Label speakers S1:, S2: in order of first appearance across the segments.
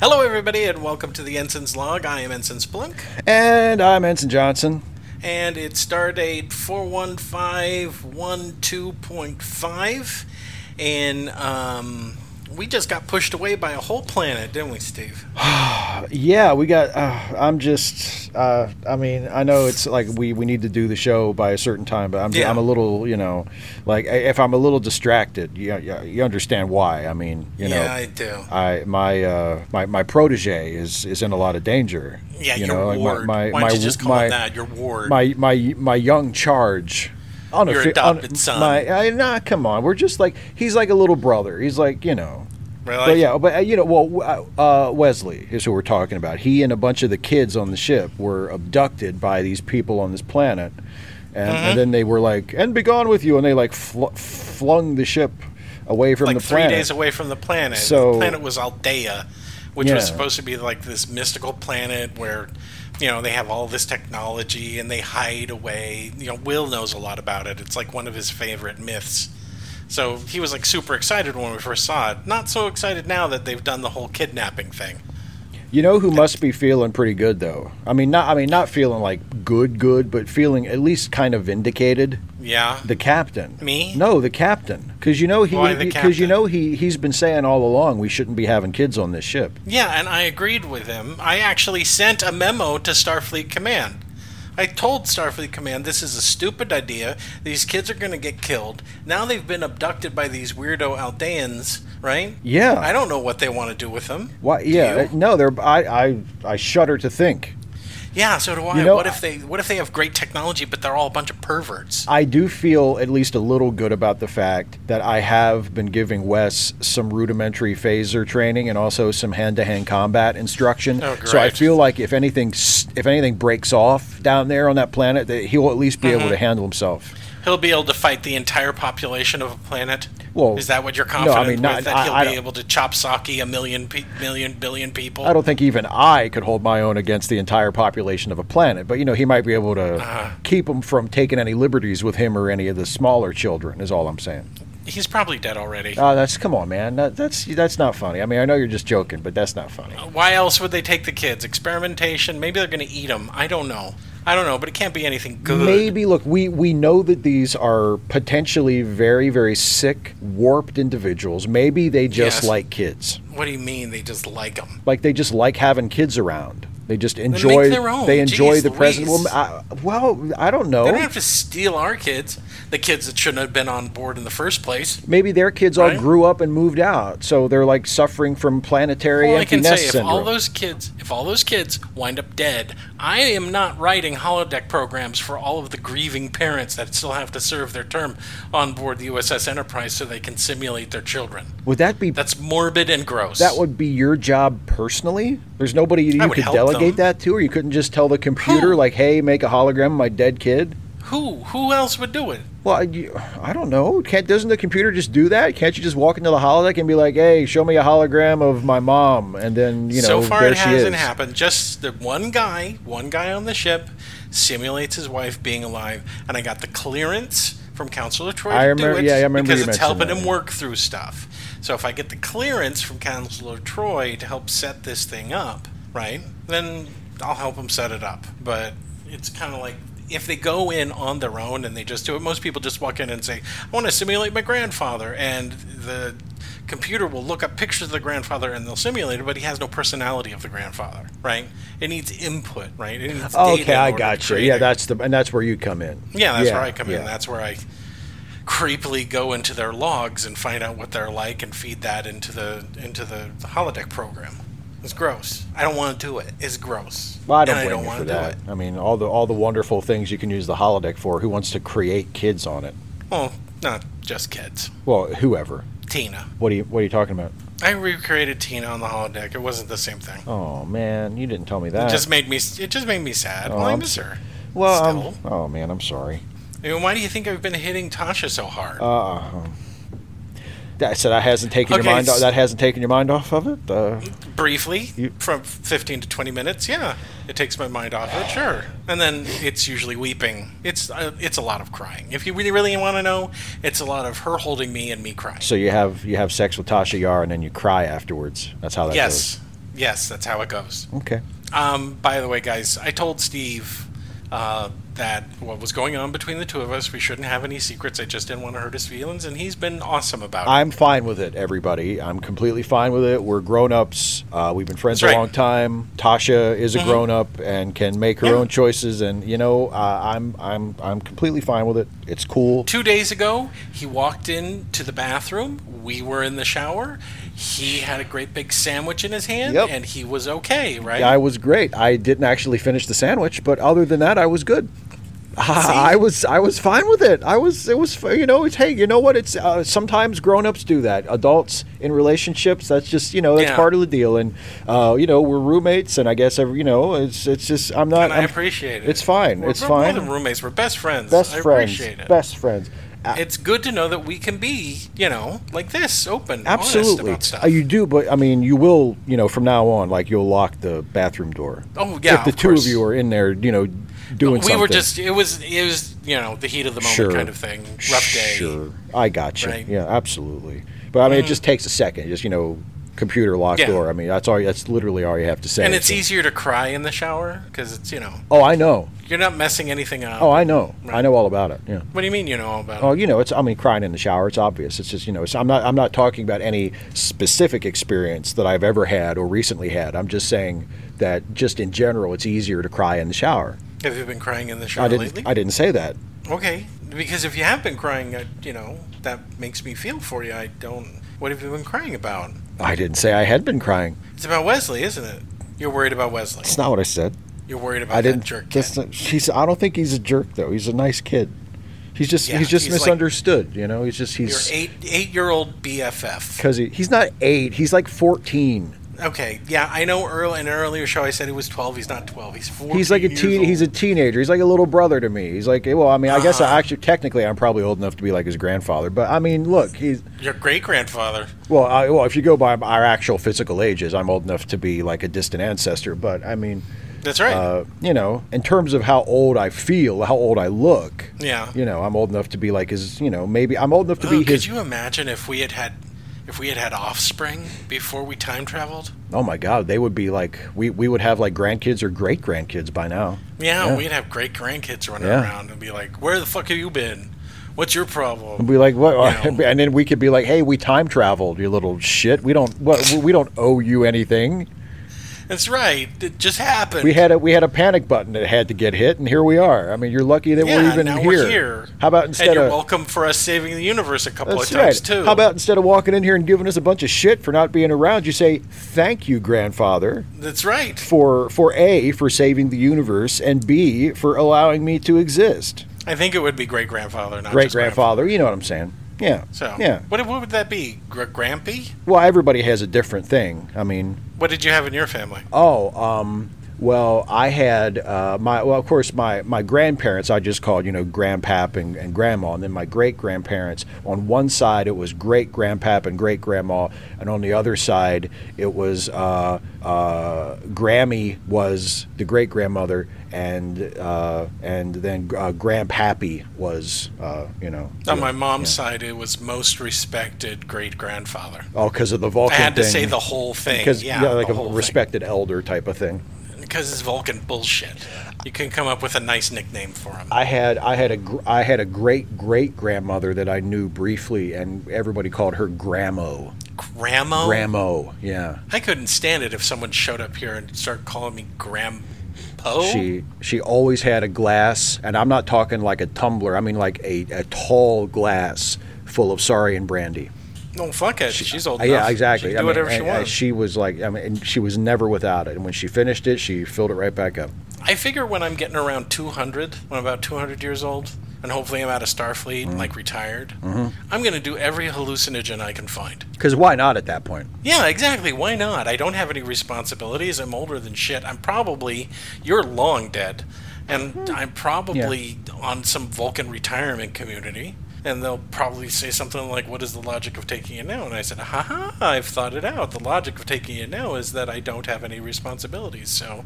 S1: Hello, everybody, and welcome to the Ensign's Log. I am Ensign Splunk,
S2: And I'm Ensign Johnson.
S1: and it's Stardate 41512.5. And um, we just got pushed away by a whole planet, didn't we, Steve?
S2: Yeah, we got. Uh, I'm just. Uh, I mean, I know it's like we, we need to do the show by a certain time, but I'm
S1: Yeah.
S2: I'm a little, you know, like i- if I'm a little distracted, you you, you understand why. I mean, you know,
S1: yeah, I do.
S2: I my uh, my my protege is is in a lot of danger.
S1: Yeah,
S2: you
S1: your
S2: know, like my-
S1: ward.
S2: my
S1: Why don't
S2: my
S1: you just call
S2: my,
S1: it that? Your ward.
S2: my my my young charge. On
S1: Your adopted son.
S2: My, I, nah, come on. We're just like he's like a little brother. He's like you know.
S1: really?
S2: But yeah, but uh, you know, well, uh, uh, Wesley is who we're talking about. He and a bunch of the kids on the ship were abducted by these people on this planet, and,
S1: Mm-hmm.
S2: and then they were like, "And be gone with you!" And they like fl- flung the ship away from
S1: like
S2: the
S1: three
S2: planet.
S1: days away from the planet.
S2: So-
S1: the planet was Aldea, which was
S2: Yeah.
S1: supposed to be like this mystical planet where, you know, they have all this technology and they hide away. You know, Will knows a lot about it. It's like one of his favorite myths. So he was like super excited when we first saw it. Not so excited now that they've done the whole kidnapping thing.
S2: You know who must be feeling pretty good though. I mean, not I mean not feeling like good, good, but feeling at least kind of vindicated.
S1: Yeah.
S2: The captain.
S1: Me?
S2: No, the captain. Because you know he.
S1: Why the
S2: Because you
S1: captain?
S2: know he. He's been saying all along we shouldn't be having kids on this ship.
S1: Yeah, and I agreed with him. I actually sent a memo to Starfleet Command. I told Starfleet Command this is a stupid idea. These kids are going to get killed. Now they've been abducted by these weirdo Aldeans, right?
S2: Yeah.
S1: I don't know what they want to do with them.
S2: Why?
S1: Do
S2: Yeah.
S1: you?
S2: No, they're. I. I. I shudder to think.
S1: Yeah, so do I.
S2: You know,
S1: what if they what if they have great technology but they're all a bunch of perverts?
S2: I do feel at least a little good about the fact that I have been giving Wes some rudimentary phaser training and also some hand-to-hand combat instruction.
S1: Oh,
S2: so I
S1: great.
S2: feel like if anything, s- if anything breaks off down there on that planet, that he'll at least be
S1: Mm-hmm.
S2: able to handle himself.
S1: He'll be able to fight the entire population of a planet.
S2: Well,
S1: is that what you're
S2: no, I
S1: confident
S2: mean, not-
S1: with? That
S2: I-
S1: he'll
S2: I
S1: be
S2: don't-
S1: able to chop Saki a million, pe- million, billion people?
S2: I don't think even I could hold my own against the entire population of a planet, but you know he might be able to
S1: Uh-huh.
S2: keep him from taking any liberties with him or any of the smaller children. Is all I'm saying.
S1: He's probably dead already.
S2: Oh, that's come on, man. That, that's that's not funny. I mean, I know you're just joking, but that's not funny.
S1: Why else would they take the kids? Experimentation. Maybe they're going to eat them. I don't know. I don't know, but it can't be anything good.
S2: Maybe look, we we know that these are potentially very very sick, warped individuals. Maybe they just
S1: Yes.
S2: like kids.
S1: What do you mean they just like them?
S2: Like they just like having kids around. They just enjoy
S1: their own.
S2: they enjoy
S1: Jeez
S2: the present.
S1: Louise.
S2: Well, I, well, I don't know.
S1: They don't have to steal our kids, the kids that shouldn't have been on board in the first place.
S2: Maybe their kids
S1: Right?
S2: all grew up and moved out, so they're like suffering from planetary
S1: All I
S2: empty
S1: can
S2: nest
S1: say, if
S2: syndrome.
S1: all those kids, if all those kids wind up dead, I am not writing holodeck programs for all of the grieving parents that still have to serve their term on board the USS Enterprise so they can simulate their children.
S2: Would that be
S1: That's morbid and gross.
S2: that would be your job personally? There's nobody you
S1: would
S2: could
S1: help
S2: delegate
S1: them.
S2: that to, or you couldn't just tell the computer
S1: Who?
S2: like, "Hey, make a hologram of my dead kid."
S1: who who else would do it?
S2: Well, I- you, I don't know. Can't doesn't the computer just do that? Can't you just walk into the holodeck and be like, "Hey, show me a hologram of my mom," and then you know
S1: so far
S2: there
S1: it
S2: she
S1: hasn't
S2: is.
S1: happened just the one guy one guy on the ship simulates his wife being alive and i got the clearance from counselor troy
S2: I
S1: to do
S2: remember-
S1: it
S2: yeah, I remember
S1: because
S2: you
S1: it's
S2: mentioned
S1: helping
S2: that,
S1: him
S2: yeah.
S1: work through stuff so if i get the clearance from counselor troy to help set this thing up right then i'll help him set it up but it's kind of like if they go in on their own and they just do it, most people just walk in and say, I want to simulate my grandfather. And the computer will look up pictures of the grandfather and they'll simulate it, but he has no personality of the grandfather, right? It needs input, right? It needs data
S2: Oh, okay,
S1: in
S2: I
S1: order to
S2: got you.
S1: create
S2: Yeah,
S1: it.
S2: that's the and that's where you come in.
S1: yeah, that's where I
S2: Yeah,
S1: come
S2: yeah.
S1: in. That's where I creepily go into their logs and find out what they're like and feed that into the into the holodeck program. It's gross. I don't want to do it. It's gross.
S2: Well, I don't
S1: And
S2: blame you
S1: wanna
S2: for
S1: do
S2: that.
S1: it.
S2: I mean, all the all the wonderful things you can use the holodeck for. Who wants to create kids on it?
S1: Well, not just kids.
S2: Well, whoever.
S1: Tina.
S2: What are you What are you talking about?
S1: I recreated Tina on the holodeck. It wasn't the same thing.
S2: Oh man, you didn't tell me
S1: It
S2: that.
S1: just made me. It just made me sad.
S2: Oh,
S1: well, I
S2: I'm
S1: miss her.
S2: well, I'm-
S1: still.
S2: oh man, I'm sorry.
S1: I mean, why do you think I've been hitting Tasha so hard?
S2: Uh, I said I hasn't taken
S1: Okay,
S2: your mind.
S1: s-
S2: Off, that hasn't taken your mind off of it. Uh,
S1: Briefly,
S2: you-
S1: from 15 to 20 minutes. Yeah, it takes my mind off it. Sure. And then it's usually weeping. It's uh, it's a lot of crying. If you really really want to know, it's a lot of her holding me and me crying.
S2: so you have you have sex with Tasha Yar and then you cry afterwards. That's how that
S1: yes.
S2: goes.
S1: Yes, that's how it goes.
S2: Okay.
S1: Um, by the way, guys, I told Steve uh, that what was going on between the two of us, we shouldn't have any secrets. I just didn't want to hurt his feelings, and he's been awesome about it.
S2: I'm fine with it, everybody. I'm completely fine with it. We're grown ups. Uh, we've been friends
S1: That's
S2: a
S1: right. Mm-hmm.
S2: long time. Tasha is a grown up and can make her
S1: Yeah.
S2: own choices. And you know, uh, I'm I'm I'm completely fine with it. It's cool.
S1: Two days ago, he walked into the bathroom. We were in the shower. He had a great big sandwich in his hand,
S2: Yep.
S1: and he was okay, right?
S2: I was great. I didn't actually finish the sandwich, but other than that, I was good. I was I was fine with it. I was it was you know it's hey you know what it's uh, sometimes grown ups do that adults in relationships that's just you know that's
S1: Yeah.
S2: part of the deal and uh, you know we're roommates and I guess every, you know it's it's just I'm not
S1: and I
S2: I'm-
S1: appreciate it.
S2: it's fine
S1: We're
S2: it's
S1: more
S2: fine
S1: than roommates. We're best friends.
S2: best
S1: I
S2: friends
S1: appreciate it.
S2: best friends A-
S1: It's good to know that we can be, you know, like this, open, honest
S2: absolutely
S1: about stuff.
S2: Uh, you do but I mean you will you know from now on like you'll lock the bathroom door
S1: Oh, yeah,
S2: if the
S1: of
S2: two
S1: course.
S2: of you are in there you know doing
S1: we
S2: something
S1: were just it was it was you know the heat of the moment
S2: Sure.
S1: kind of thing rough day
S2: Sure, I got you.
S1: Right. Mm.
S2: Yeah, absolutely. But I mean, it just takes a second. Just you know, computer locked
S1: Yeah.
S2: door. I mean, that's all. That's literally all you have to say.
S1: and it's
S2: So-
S1: easier to cry in the shower because it's you know
S2: Oh, I know.
S1: you're not messing anything up
S2: Oh, I know. I
S1: Right.
S2: know all about it. Yeah.
S1: what do you mean you know all about
S2: Oh,
S1: it?
S2: you know, it's. I mean, crying in the shower. It's obvious. It's just you know. It's, I'm not. I'm not talking about any specific experience that I've ever had or recently had. I'm just saying that just in general, it's easier to cry in the shower.
S1: have you been crying in the
S2: I
S1: shower
S2: didn't.
S1: lately
S2: I didn't say that.
S1: okay because if you have been crying I, you know that makes me feel for you i don't what have you been crying about
S2: I didn't say I had been crying.
S1: it's about wesley isn't it you're worried about wesley
S2: That's not what I said.
S1: you're worried about
S2: I didn't.
S1: that jerk
S2: that's
S1: kid.
S2: not- he's. I don't think he's a jerk though. He's a nice kid. He's just.
S1: Yeah,
S2: he's just
S1: he's like-
S2: misunderstood. you know. He's just.
S1: your
S2: He's
S1: eight eight year old bff
S2: because he, he's not eight. He's like fourteen.
S1: okay yeah i know earl in an earlier show i said he was 12 he's not 12 he's 14
S2: He's like a
S1: years
S2: teen.
S1: old. Uh-huh.
S2: He's a teenager. He's like a little brother to me. He's like. Well, I mean, I guess I actually technically I'm probably old enough to be like his grandfather. But I mean, look, he's.
S1: your great grandfather
S2: Well, I, well, if you go by our actual physical ages, I'm old enough to be like a distant ancestor. But I mean.
S1: That's right.
S2: uh, you know, in terms of how old I feel, how old I look.
S1: Yeah.
S2: You know, I'm old enough to be like his. You know, maybe I'm old enough to
S1: Oh,
S2: be
S1: could
S2: his.
S1: you imagine if we had had if we had had offspring before we time traveled?
S2: Oh my God, they would be like we we would have like grandkids or great grandkids by now.
S1: Yeah,
S2: Yeah.
S1: we'd have great grandkids running
S2: Yeah.
S1: around and be like, "Where the fuck have you been? What's your problem?"
S2: We'd be like, what?
S1: You know.
S2: And then we could be like, hey, we time traveled, you little shit. We don't what, we don't owe you anything.
S1: That's right. It just happened.
S2: We had a we had a panic button that had to get hit, and here we are. I mean, you're lucky that
S1: yeah,
S2: we're even
S1: now
S2: here.
S1: we're here.
S2: How about
S1: And
S2: instead
S1: you're
S2: of
S1: welcome for us saving the universe a couple
S2: That's
S1: of times
S2: right.
S1: too.
S2: How about instead of walking in here and giving us a bunch of shit for not being around, you say thank you, grandfather,
S1: That's right.
S2: for for a for saving the universe and b for allowing me to exist.
S1: I think it would be great grandfather, not
S2: Great
S1: just grandfather.
S2: grandfather, you know what I'm saying? Yeah.
S1: So
S2: yeah.
S1: What what would that be? Gr- Grampy?
S2: Well, everybody has a different thing. I mean,
S1: What did you have in your family?
S2: oh, um, well, I had uh, my well, of course, my my grandparents. I just called you know grandpap and, and grandma, and then my great grandparents. On one side, it was great grandpap and great grandma, and on the other side, it was uh, uh, Grammy was the great grandmother, and uh, and then uh, grandpappy was uh, you know
S1: On my mom's side, it was most respected great grandfather.
S2: oh because of the Vulcan
S1: I had to
S2: thing.
S1: say the whole thing.
S2: because
S1: yeah,
S2: like
S1: the
S2: a
S1: whole
S2: respected elder type of thing.
S1: Because it's Vulcan bullshit. You can come up with a nice nickname for him.
S2: I had I had a gr- I had a great great grandmother that I knew briefly, and everybody called her Gramo.
S1: Grandma.
S2: Gramo, yeah.
S1: I couldn't stand it if someone showed up here and started calling me Grandpo.
S2: She she always had a glass, and I'm not talking like a tumbler. I mean like a, a tall glass full of sorry and brandy.
S1: No, fuck it. She's old.
S2: Uh, yeah,
S1: enough.
S2: exactly.
S1: Oh, She can do
S2: I mean,
S1: whatever she
S2: and- and
S1: wants.
S2: she was like, I mean, and she was never without it. And when she finished it, she filled it right back up.
S1: I figure when I'm getting around 200, when I'm about 200 years old, and hopefully I'm out of Starfleet,
S2: Mm-hmm.
S1: and like retired, I'm gonna do every hallucinogen I can find.
S2: Because why not at that point?
S1: Yeah, exactly. Why not? I don't have any responsibilities. I'm older than shit. I'm probably you're long dead, and I'm probably on some Vulcan retirement community. And they'll probably say something like, "What is the logic of taking it now?" And I said, "Ha ha! I've thought it out. The logic of taking it now is that I don't have any responsibilities. So,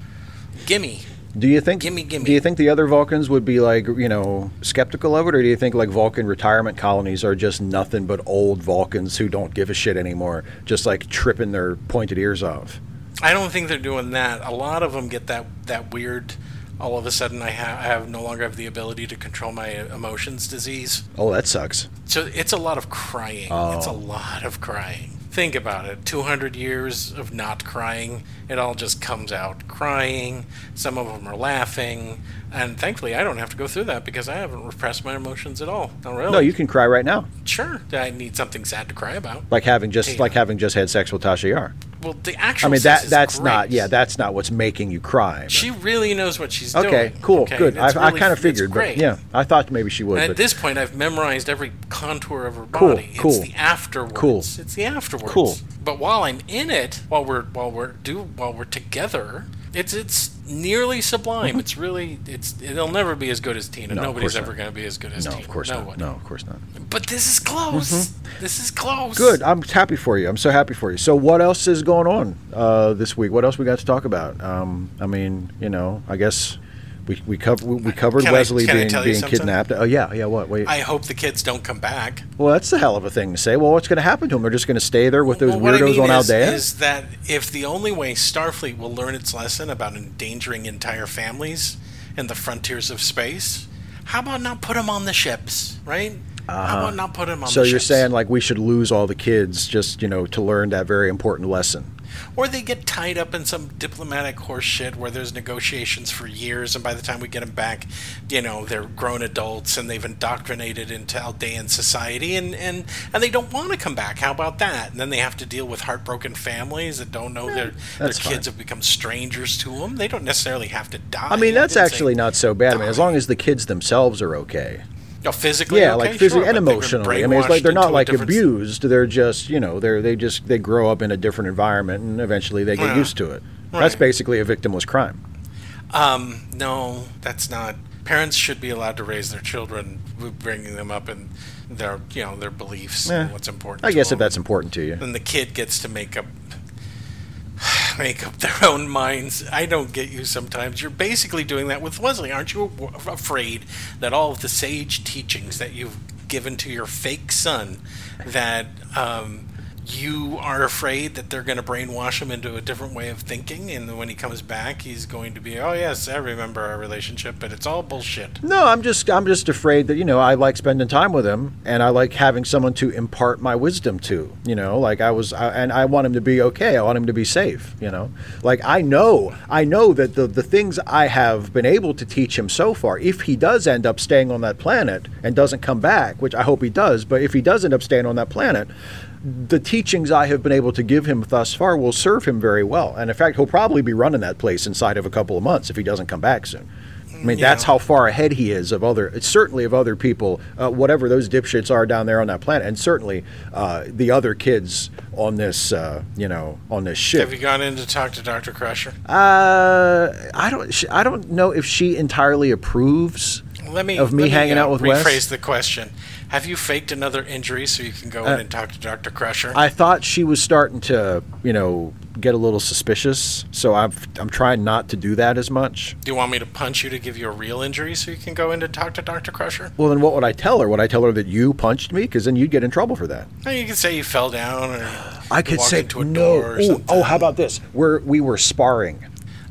S1: gimme."
S2: Do you think?
S1: Gimme, gimme.
S2: Do you think the other Vulcans would be like you know skeptical of it, or do you think like Vulcan retirement colonies are just nothing but old Vulcans who don't give a shit anymore, just like tripping their pointed ears off?
S1: I don't think they're doing that. A lot of them get that that weird. All of a sudden, I, ha- I have no longer have the ability to control my emotions disease.
S2: Oh, that sucks.
S1: So it's a lot of crying. It's
S2: Oh.
S1: a lot of crying. Think about it. 200 years of not crying. It all just comes out crying. Some of them are laughing. And thankfully, I don't have to go through that because I haven't repressed my emotions at all. Not really.
S2: No, you can cry right now.
S1: Sure. I need something sad to cry about.
S2: Like having just
S1: Yeah.
S2: like having just had sex with Tasha Yar.
S1: Well, the
S2: I
S1: actual
S2: mean
S1: sex
S2: that
S1: is
S2: that's not
S1: great.
S2: yeah that's not what's making you cry. but-
S1: She really knows what she's doing.
S2: okay, cool, good. I,
S1: It's
S2: I
S1: really-
S2: kind of
S1: it's
S2: figured, but
S1: great.
S2: yeah, I thought maybe she would.
S1: And at
S2: but
S1: this point, I've memorized every contour of her
S2: Cool,
S1: body.
S2: cool,
S1: It's the afterwards.
S2: cool.
S1: It's the afterwards.
S2: Cool.
S1: But while I'm in it, while we're while we're do while we're together, it's it's nearly sublime. It's really it's it'll never be as good as Tina.
S2: Mm-hmm. No, of
S1: Nobody's
S2: course
S1: ever
S2: not.
S1: going to be as good as
S2: no,
S1: Tina.
S2: of course not.
S1: one.
S2: No, of course not.
S1: But this is close. This is close.
S2: Good. I'm happy for you. I'm so happy for you. So, what else is going on uh, this week? What else we got to talk about? Um, I mean, you know, I guess we we, cov- we, we covered
S1: Can I-
S2: Wesley
S1: can I
S2: being
S1: tell you
S2: being
S1: something?
S2: kidnapped. Oh yeah, yeah. What? Wait.
S1: I hope the kids don't come back.
S2: well, that's a hell of a thing to say. Well, what's going to happen to them? They're just going to stay there with those
S1: Well, what I
S2: weirdos
S1: mean
S2: on
S1: is,
S2: Aldea.
S1: is that if the only way Starfleet will learn its lesson about endangering entire families and the frontiers of space, how about not put them on the ships, right? How about not put them on
S2: Uh-huh. so
S1: the
S2: you're
S1: ships?
S2: saying like we should lose all the kids just you know to learn that very important lesson?
S1: Or they get tied up in some diplomatic horse shit where there's negotiations for years, and by the time we get them back, you know, they're grown adults and they've indoctrinated into Aldean society, and, and, and they don't want to come back. How about that? And then they have to deal with heartbroken families that don't know their, their
S2: Eh, that's fine.
S1: kids have become strangers to them. They don't necessarily have to die.
S2: I mean, that's
S1: didn't say-
S2: actually not so bad. I mean, as long as the kids themselves are okay.
S1: No, Oh, physically,
S2: Yeah,
S1: okay,
S2: like physically
S1: sure,
S2: and
S1: but they've been
S2: emotionally. I mean, it's like
S1: brainwashed
S2: they're
S1: into
S2: not
S1: a
S2: like
S1: different-
S2: abused. They're just you know they're they just they grow up in a different environment and eventually they get
S1: Yeah.
S2: used to it. That's
S1: Right.
S2: basically a victimless crime.
S1: Um, no, that's not. Parents should be allowed to raise their children, bringing them up in their, you know, their beliefs and
S2: Eh,
S1: what's important.
S2: I
S1: to
S2: guess if
S1: them.
S2: that's important to you.
S1: then the kid gets to make up, make up their own minds. I don't get you sometimes. You're basically doing that with Wesley, aren't you? w- Afraid that all of the sage teachings that you've given to your fake son, that um, you are afraid that they're going to brainwash him into a different way of thinking, and then when he comes back, he's going to be, oh yes, I remember our relationship, but it's all bullshit.
S2: No, I'm just I'm just afraid that you know I like spending time with him and I like having someone to impart my wisdom to. You know, like I was I, and I want him to be okay. I want him to be safe. You know, like I know I know that the the things I have been able to teach him so far, if he does end up staying on that planet and doesn't come back, which I hope he does, but if he does end up staying on that planet. The teachings I have been able to give him thus far will serve him very well, and in fact, he'll probably be running that place inside of a couple of months if he doesn't come back soon. I mean, that's
S1: Yeah.
S2: how far ahead he is of other, certainly of other people, uh, whatever those dipshits are down there on that planet, and certainly uh, the other kids on this, uh, you know, on this
S1: Have you
S2: ship.
S1: gone in to talk to Doctor Crusher?
S2: Uh, I don't, sh- I don't know if she entirely approves
S1: Let me
S2: of me
S1: let
S2: hanging
S1: uh,
S2: out with
S1: rephrase
S2: Wes.
S1: the question. Have you faked another injury so you can go in and talk to Doctor Crusher?
S2: Uh, I thought she was starting to, you know, get a little suspicious, so I'm, I'm trying not to do that as much.
S1: Do you want me to punch you to give you a real injury so you can go in to talk to Doctor Crusher?
S2: Well, then what would I tell her? Would I tell her that you punched me? Because then you'd get in trouble for that.
S1: No, you can say you fell down or
S2: I
S1: you
S2: could
S1: walked
S2: say
S1: into a
S2: no.
S1: door or
S2: Ooh,
S1: something.
S2: oh, how about this? We're we were sparring.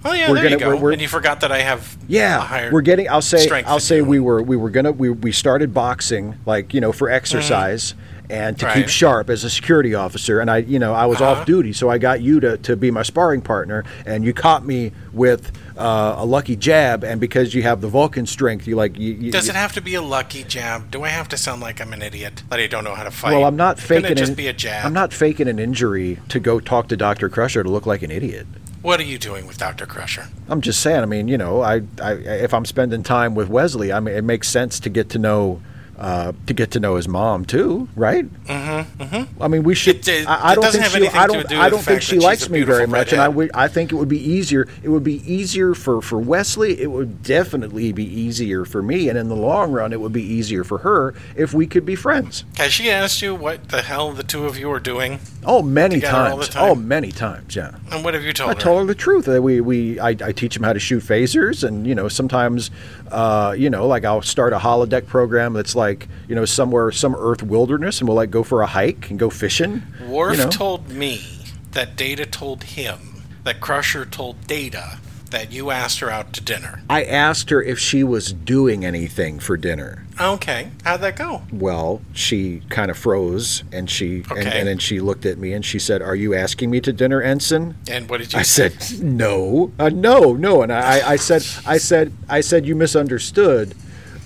S1: Oh yeah,
S2: we're
S1: there you
S2: gonna-
S1: go.
S2: we're- we're-
S1: and you forgot that I have a
S2: Yeah,
S1: higher
S2: we're getting. I'll say.
S1: strength
S2: I'll
S1: than
S2: say
S1: you.
S2: we were we were gonna we we started boxing like you know for exercise and to keep
S1: Mm. Right. Uh-huh.
S2: sharp as a security officer. And I you know I was off duty, so I got you to to be my sparring partner, and you caught me with uh, a lucky jab. And because you have the Vulcan strength, you like you. you
S1: Does it have to be a lucky jab? Do I have to sound like I'm an idiot that I don't know how to fight?
S2: well, I'm not faking.
S1: Can it just
S2: an,
S1: be a jab?
S2: I'm not faking an injury to go talk to Doctor Crusher to look like an idiot.
S1: What are you doing with Doctor Crusher?
S2: I'm just saying. I mean, you know, I, I if I'm spending time with Wesley, I mean, it makes sense to get to know. Uh, to get to know his mom too, right? Mm-hmm. I mean, we should.
S1: It- it-
S2: I, I
S1: it
S2: don't
S1: doesn't
S2: think
S1: have
S2: she.
S1: anything
S2: I
S1: to
S2: don't.
S1: do
S2: I
S1: with
S2: don't
S1: the
S2: think
S1: fact that
S2: she
S1: she's
S2: likes
S1: a
S2: me
S1: beautiful
S2: very much, and I
S1: redhead.
S2: would. I think it would be easier. It would be easier for for Wesley. It would definitely be easier for me, and in the long run, it would be easier for her if we could be friends.
S1: Has she asked you what the hell the two of you are doing?
S2: Oh, many
S1: Together all the
S2: times.
S1: time.
S2: Oh, many times. Yeah.
S1: And what have you told
S2: I
S1: her?
S2: told her the truth. Uh, We, we I, I teach them how to shoot phasers, and you know sometimes, uh, you know, like I'll start a holodeck program that's like you know somewhere some Earth wilderness, and we'll like go for a hike and go fishing.
S1: Worf
S2: you know?
S1: told me that Data told him that Crusher told Data that you asked her out to dinner.
S2: I asked her if she was doing anything for dinner.
S1: Okay, how'd that go?
S2: Well, she kind of froze and she and,
S1: Okay.
S2: and then she looked at me and she said, "Are you asking me to dinner, ensign?"
S1: And what did you
S2: I said, "No, uh, no, no." And I, I- I said, "I said, I said you misunderstood."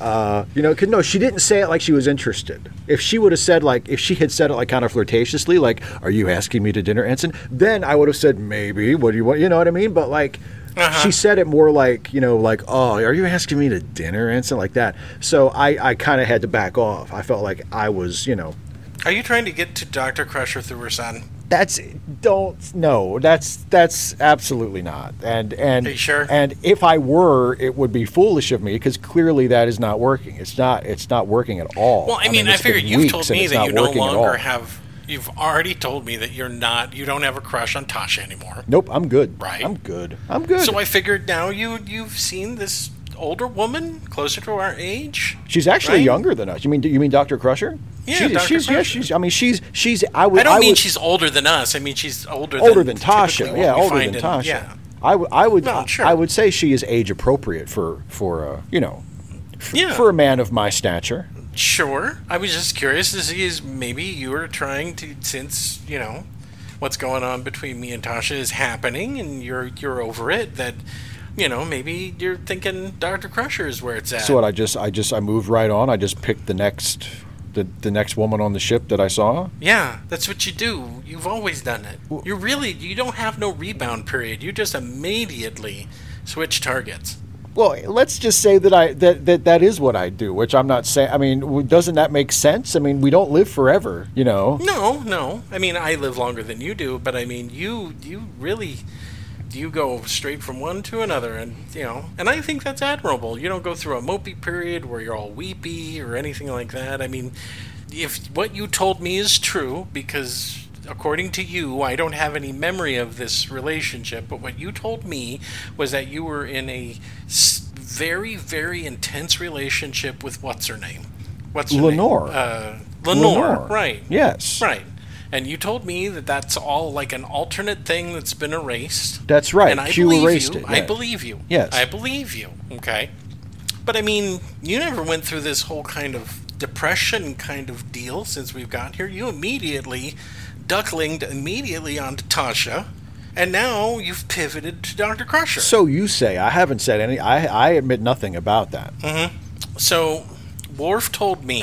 S2: Uh, you know, 'cause no, she didn't say it like she was interested. If she would have said like, if she had said it like kind of flirtatiously, like, "Are you asking me to dinner, Ensign?" Then I would have said, "Maybe." What do you want? You know what I mean? But like,
S1: Uh-huh.
S2: she said it more like, you know, like, "Oh, are you asking me to dinner, Ensign?" Like that. So I, I kind of had to back off. I felt like I was, you know,
S1: Are you trying to get to Dr. Crusher through her son?
S2: that's don't no. That's that's absolutely not. And and
S1: Are you sure?
S2: and if I were, it would be foolish of me because clearly that is not working. It's not it's not working at all.
S1: Well, I mean, I,
S2: it's been
S1: figured you've
S2: weeks
S1: told
S2: and
S1: me
S2: it's
S1: that
S2: not
S1: you no
S2: working at all.
S1: longer have. You've already told me that you're not. You don't have a crush on Tasha anymore.
S2: Nope, I'm good.
S1: Right.
S2: I'm good. I'm good.
S1: So I figured now you you've seen this older woman closer to our age.
S2: she's actually
S1: Right?
S2: younger than us. You mean you mean Dr. Crusher?
S1: Yeah,
S2: she's,
S1: Dr.
S2: she's yeah,
S1: Crusher.
S2: she's. I mean, she's she's. I would.
S1: I don't mean
S2: would-
S1: she's older than us. I mean she's older than
S2: older than
S1: typically
S2: Tasha.
S1: what
S2: Yeah,
S1: we
S2: older
S1: find
S2: than
S1: in-
S2: Tasha.
S1: Yeah,
S2: I, w- I would
S1: No,
S2: I-
S1: sure.
S2: I would say she is age appropriate for for uh, you know f-
S1: Yeah.
S2: for a man of my stature.
S1: sure. I was just curious to see is maybe you were trying to since you know what's going on between me and Tasha is happening and you're you're over it that you know maybe you're thinking Doctor Crusher is where it's at.
S2: So what I just I just I moved right on. I just picked the next the, the next woman on the ship that I saw.
S1: Yeah, that's what you do. You've always done it. You really you don't have no rebound period. You just immediately switch targets.
S2: Well, let's just say that I that that, that is what I do, which I'm not saying. I mean, w- doesn't that make sense? I mean, we don't live forever, you know.
S1: No, no. I mean, I live longer than you do, but I mean, you you really you go straight from one to another and, you know, and I think that's admirable. You don't go through a mopey period where you're all weepy or anything like that. I mean, if what you told me is true because according to you, I don't have any memory of this relationship, but what you told me was that you were in a s- very very intense relationship with what's her name? What's her
S2: Lenore.
S1: name? Uh, Lenore.
S2: Lenore.
S1: Right.
S2: Yes.
S1: Right. And you told me that that's all like an alternate thing that's been erased.
S2: That's right.
S1: And I
S2: Q
S1: believe
S2: erased
S1: you.
S2: it.
S1: I
S2: yeah.
S1: believe you.
S2: Yes.
S1: I believe you. Okay. But I mean, you never went through this whole kind of depression kind of deal since we've got here. You immediately ducklinged immediately onto Tasha, and now you've pivoted to Dr. Crusher.
S2: So you say I haven't said any. I I admit nothing about that.
S1: so Worf told me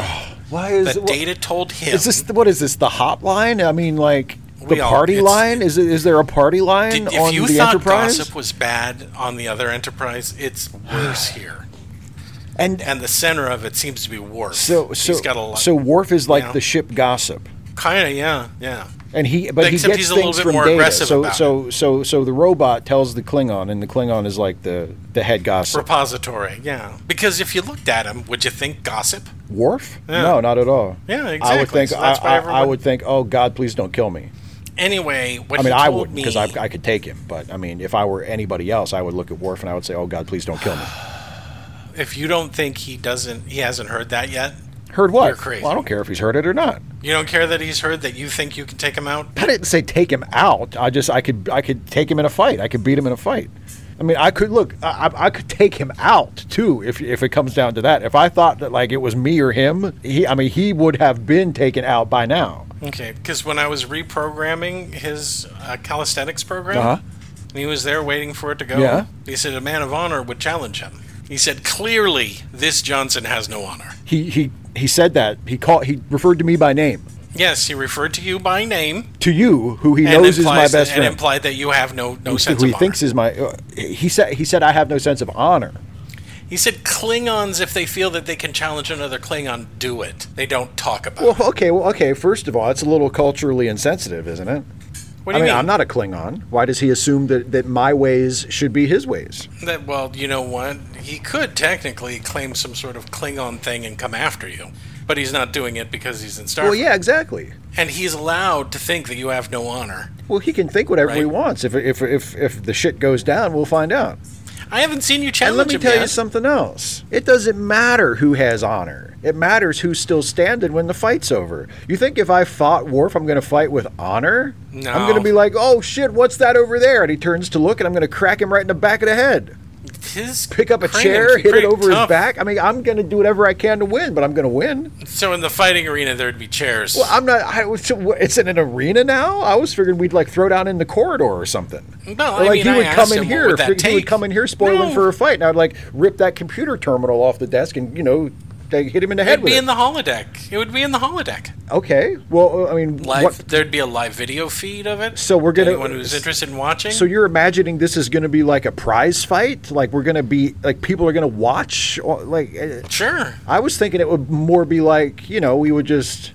S2: Why is
S1: that
S2: it?
S1: Data told him.
S2: Is this what is this the hop line? I mean, like the
S1: We all-
S2: party
S1: it's-
S2: line? Is it, is there a party line
S1: Did-
S2: on
S1: if you
S2: the
S1: thought
S2: Enterprise?
S1: gossip was bad on the other Enterprise, it's worse here.
S2: and
S1: And the center of it seems to be Worf.
S2: so so
S1: he's got a lot.
S2: so Worf is like
S1: Yeah.
S2: the ship gossip,
S1: kind of yeah, yeah.
S2: and he but he
S1: Except
S2: gets
S1: he's a little
S2: things
S1: bit
S2: from
S1: more
S2: Data.
S1: aggressive
S2: so
S1: about
S2: so so so the robot tells the Klingon, and the Klingon is like the the head gossip.
S1: Repository, yeah. Because if you looked at him, would you think gossip?
S2: Worf? No, not at all.
S1: Yeah,
S2: I would
S1: exactly.
S2: think
S1: So
S2: I,
S1: that's why
S2: I, I
S1: everyone-
S2: would think, oh God, please don't kill me.
S1: Anyway, what
S2: I mean,
S1: he
S2: I
S1: told
S2: would
S1: me,
S2: because I, I could take him, but I mean, if I were anybody else, I would look at Worf and I would say, oh God, please don't kill me.
S1: if you don't think he doesn't, he hasn't heard that yet.
S2: Heard what?
S1: You're crazy.
S2: Well, I don't care if he's heard it or not.
S1: You don't care that he's heard that you think you can take him out.
S2: I didn't say take him out. I just I could I could take him in a fight. I could beat him in a fight. I mean, I could look. I, I- I could take him out too if if it comes down to that. If I thought that like it was me or him, he I mean he would have been taken out by now.
S1: Okay, because when I was reprogramming his uh, calisthenics program,
S2: Uh-huh.
S1: and he was there waiting for it to go,
S2: Yeah.
S1: he said a man of honor would challenge him. He said, clearly, this Johnson has no honor.
S2: He he he said that he called he referred to me by name
S1: Yes, he referred to you by name
S2: to you who he
S1: and,
S2: knows is my
S1: implies
S2: best
S1: that, and
S2: friend.
S1: implied that you have no, no sense
S2: who he
S1: of honor.
S2: thinks is my uh, he said he said I have no sense of honor.
S1: He said Klingons, if they feel that they can challenge another Klingon, do it. They don't talk about
S2: Well,
S1: it.
S2: okay, well, okay. First of all, it's a little culturally insensitive, isn't it?
S1: What
S2: I
S1: do you
S2: mean,
S1: mean?
S2: I'm not a Klingon. Why does he assume that, that my ways should be his ways?
S1: That, well, you know what? He could technically claim some sort of Klingon thing and come after you, but he's not doing it because he's in Starfleet.
S2: Well, yeah, exactly.
S1: And he's allowed to think that you have no honor.
S2: Well, he can think whatever he
S1: Right.
S2: wants. If, if, if, if the shit goes down, we'll find out.
S1: I haven't seen you
S2: And
S1: challenge
S2: let me
S1: him
S2: tell
S1: yet.
S2: you something else. It doesn't matter who has honor. It matters who's still standing when the fight's over. You think if I fought Worf, I'm going to fight with honor?
S1: No.
S2: I'm going to be like, oh shit, what's that over there? And he turns to look, and I'm going to crack him right in the back of the head.
S1: His
S2: Pick up a
S1: Kratom's
S2: chair, hit it
S1: pretty
S2: over his
S1: tough.
S2: back. I mean, I'm going to do whatever I can to win, but I'm going to win.
S1: So in the fighting arena, there'd be chairs.
S2: Well, I'm not. I, was- it's in an arena now. I was figuring we'd like throw down in the corridor or something.
S1: No, I
S2: Or, like
S1: mean,
S2: he
S1: I
S2: would
S1: asked
S2: come
S1: him,
S2: in
S1: what
S2: here.
S1: would that
S2: He would
S1: take?
S2: come in here spoiling
S1: No.
S2: for a fight, and I'd like rip that computer terminal off the desk and you know they hit him in the head
S1: It'd
S2: with
S1: be
S2: it.
S1: in the holodeck. It would be in the holodeck.
S2: okay. Well, uh, I mean,
S1: Live.
S2: what?
S1: There'd be a live video feed of it.
S2: So we're gonna-
S1: Anyone who's interested in watching.
S2: So you're imagining this is going to be like a prize fight? Like we're going to be like people are going to watch? Or, like eh,
S1: sure.
S2: I was thinking it would more be like you know we would just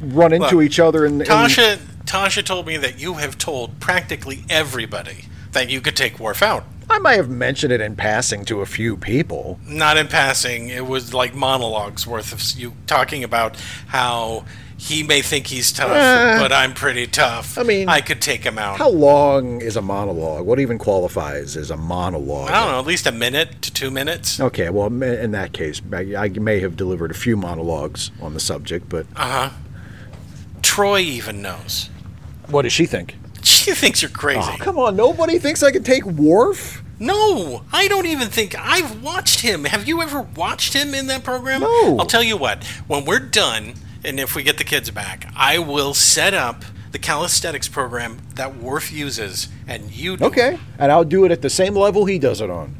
S2: run into
S1: Look,
S2: each other and, and
S1: Tasha. Tasha told me that you have told practically everybody that you could take Worf out.
S2: I might have mentioned it in passing to a few people.
S1: Not in passing. It was like monologues worth of s- you talking about how he may think he's tough,
S2: Uh,
S1: but I'm pretty tough.
S2: I mean-
S1: I could take him out.
S2: How long is a monologue? What even qualifies as a monologue?
S1: I don't know. At least a minute to two minutes.
S2: Okay, well, m- in that case, I I may have delivered a few monologues on the subject, but
S1: Uh, Troy even knows.
S2: what does she think?
S1: She thinks you're crazy.
S2: Oh, Come on, nobody thinks I could take Worf.
S1: No, I don't even think I've watched him. Have you ever watched him in that program?
S2: No.
S1: I'll tell you what. When we're done, and if we get the kids back, I will set up the calisthenics program that Worf uses, and you do.
S2: Okay, and I'll do it at the same level he does it on.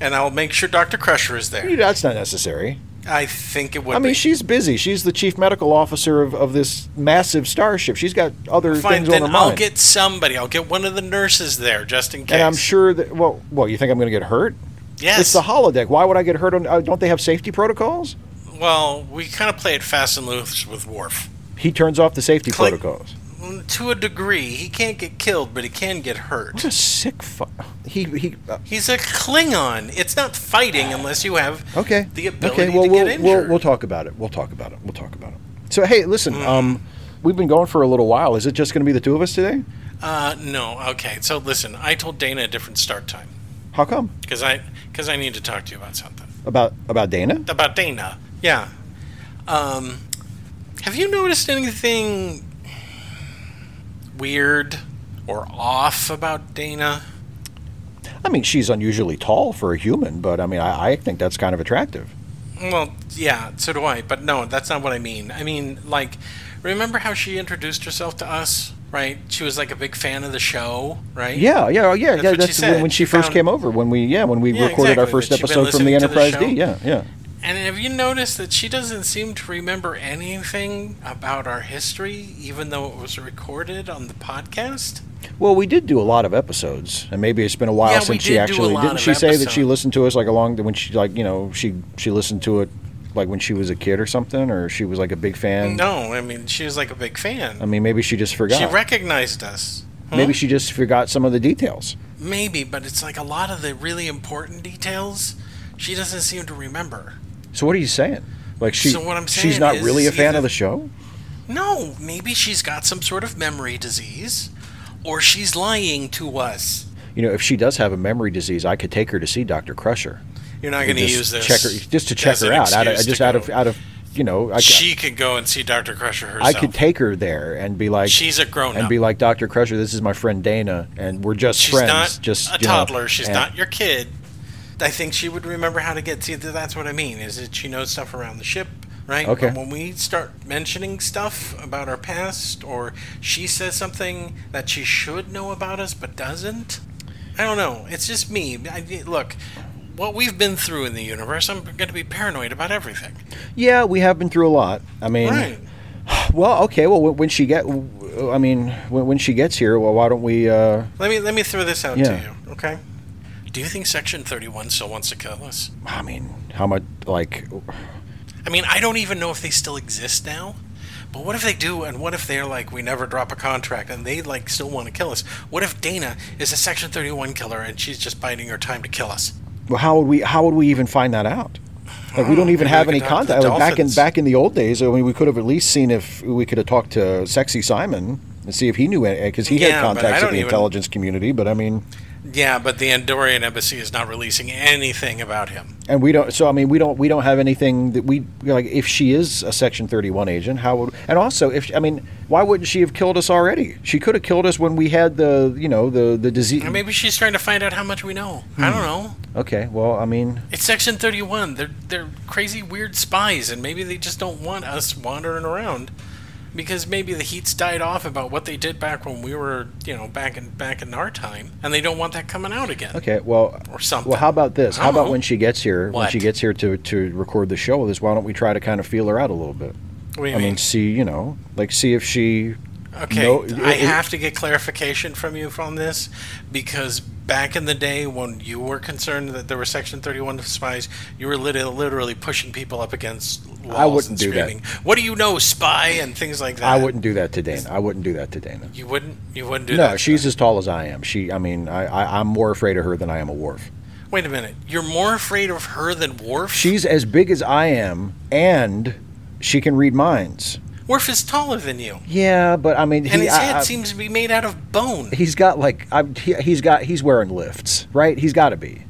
S1: And I'll make sure Dr. Crusher is there.
S2: That's not necessary.
S1: I think it would.
S2: I mean,
S1: be.
S2: she's busy. She's the chief medical officer of, of this massive starship. She's got other
S1: fine.
S2: things on
S1: Then
S2: her
S1: I'll
S2: mind.
S1: get somebody. I'll get one of the nurses there just in case.
S2: and I'm sure that well, well, you think I'm going to get hurt?
S1: Yes.
S2: It's the holodeck. Why would I get hurt? On uh, don't they have safety protocols?
S1: well, we kind of play it fast and loose with Worf.
S2: He turns off the safety
S1: Click.
S2: protocols.
S1: Mm, To a degree, he can't get killed, but he can get hurt.
S2: What a sick fuck. He he. Uh,
S1: He's a Klingon. It's not fighting unless you have
S2: okay.
S1: the ability
S2: okay. Well,
S1: to
S2: we'll,
S1: get injured. Mm.
S2: we'll we'll talk about it. We'll talk about it. We'll talk about it. So hey, listen. Um, we've been going for a little while. Is it just going to be the two of us today?
S1: uh, no, okay. So listen, I told Dana a different start time
S2: How come?
S1: because I because I need to talk to you about something
S2: About about Dana?
S1: about Dana. Yeah. Um, have you noticed anything weird or off about Dana?
S2: I mean, she's unusually tall for a human, but I mean, I, I think that's kind of attractive.
S1: Well, yeah, so do I. But no, that's not what I mean. I mean, like, remember how she introduced herself to us? Right? She was like a big fan of the show, right?
S2: Yeah, yeah, yeah,
S1: That's
S2: yeah.
S1: what she
S2: That's
S1: said.
S2: when, when
S1: She
S2: she first
S1: found-
S2: came over. When we yeah, when we
S1: Yeah,
S2: recorded our
S1: exactly,
S2: first
S1: that she'd been
S2: episode from the
S1: listening to the
S2: Enterprise D.
S1: show.
S2: Yeah, yeah.
S1: And have you noticed that she doesn't seem to remember anything about our history, even though it was recorded on the podcast?
S2: Well, we did do a lot of episodes, and maybe it's been a while
S1: Yeah, we
S2: since
S1: did
S2: she
S1: do a
S2: actually
S1: lot
S2: didn't.
S1: of
S2: She say that she
S1: episodes.
S2: listened to us like along the, when she like you know she she listened to it like when she was a kid or something, or she was like a big fan.
S1: No, I mean, she was like a big fan.
S2: I mean, maybe she just forgot.
S1: she recognized us.
S2: Maybe she just forgot some of the details.
S1: Maybe, but it's like a lot of the really important details she doesn't seem to remember.
S2: So what are you saying? Like she,
S1: So what I'm
S2: she's
S1: saying
S2: not
S1: is
S2: really a fan
S1: either-
S2: of the show.
S1: No, maybe she's got some sort of memory disease, or she's lying to us.
S2: You know, if she does have a memory disease, I could take her to see Doctor Crusher.
S1: You're not going to
S2: Just
S1: use this
S2: check her, just to check
S1: as
S2: her
S1: an
S2: out. Out of,
S1: excuse
S2: just
S1: to
S2: out
S1: go.
S2: of out of you know, I,
S1: she could go and see Doctor Crusher
S2: I
S1: herself.
S2: could take her there and be like,
S1: She's a grown
S2: and
S1: up.
S2: be like, Doctor Crusher, this is my friend Dana, and we're just
S1: She's
S2: friends.
S1: not
S2: just
S1: a
S2: you know,
S1: toddler. She's
S2: and-
S1: not your kid. I think she would remember how to get. See, th- that's what I mean. Is that she knows stuff around the ship, right?
S2: Okay.
S1: But when we start mentioning stuff about our past, or she says something that she should know about us but doesn't, I don't know. It's just me. I, look, what we've been through in the universe, I'm going to be paranoid about everything.
S2: Yeah, we have been through a lot. I mean,
S1: Right.
S2: well, okay. Well, when when she get, I mean, when, when she gets here, well, why don't we? Uh,
S1: Let me let me throw this out
S2: Yeah.
S1: to you, okay? Do you think Section Thirty-One still wants to kill us?
S2: I mean, how much? Like,
S1: I mean, I don't even know if they still exist now. But what if they do? And what if they're like, we never drop a contract, and they like still want to kill us? What if Dana is a Section Thirty-One killer, and she's just biding her time to kill us?
S2: well, how would we? How would we even find that out? Like, we don't even
S1: maybe
S2: have
S1: we
S2: any
S1: could talk to
S2: contact.
S1: the
S2: Like, back in
S1: dolphins.
S2: back in the old days, I mean, we could have at least seen if we could have talked to Sexy Simon and see if he knew because he
S1: Yeah,
S2: had
S1: but I
S2: contacts
S1: don't
S2: in the
S1: even-
S2: intelligence community. But I mean,
S1: Yeah, but the Andorian embassy is not releasing anything about him.
S2: and we don't so i mean we don't we don't have anything that we like if she is a section 31 agent how would and also if i mean why wouldn't she have killed us already she could have killed us when we had the you know the the disease
S1: And maybe she's trying to find out how much we know. I don't know.
S2: okay well i mean
S1: It's Section 31. They're they're crazy weird spies and maybe they just don't want us wandering around because maybe the heat's died off about what they did back when we were, you know, back in back in our time and they don't want that coming out again.
S2: okay well
S1: Or something.
S2: well how about this
S1: I
S2: how about
S1: don't know.
S2: when she gets here when
S1: What?
S2: she gets here to to record the show with us why don't we try to kind of feel her out a little bit
S1: What do you
S2: i mean
S1: mean?
S2: see you know like see if she
S1: Okay,
S2: No,
S1: I
S2: it- it-
S1: have to get clarification from you on this because back in the day when you were concerned that there were Section 31 spies, you were lit- literally pushing people up against walls
S2: wouldn't
S1: and
S2: do that.
S1: screaming, "What do you know, spy?" and things like that.
S2: i wouldn't do that to dana i wouldn't do that to dana
S1: You wouldn't. You wouldn't do that.
S2: no
S1: to
S2: she's as tall as i am she i mean i, I i'm more afraid of her than i am a wharf
S1: them. Wait a minute. You're more afraid of her than Worf.
S2: She's as big as I am, and she can read minds.
S1: Worf is taller than you,
S2: Yeah, but I mean, he, uh,
S1: and his
S2: I-
S1: head
S2: I-
S1: seems to be made out of bone.
S2: he's got like I, he, he's got he's wearing lifts, right? He's got to be.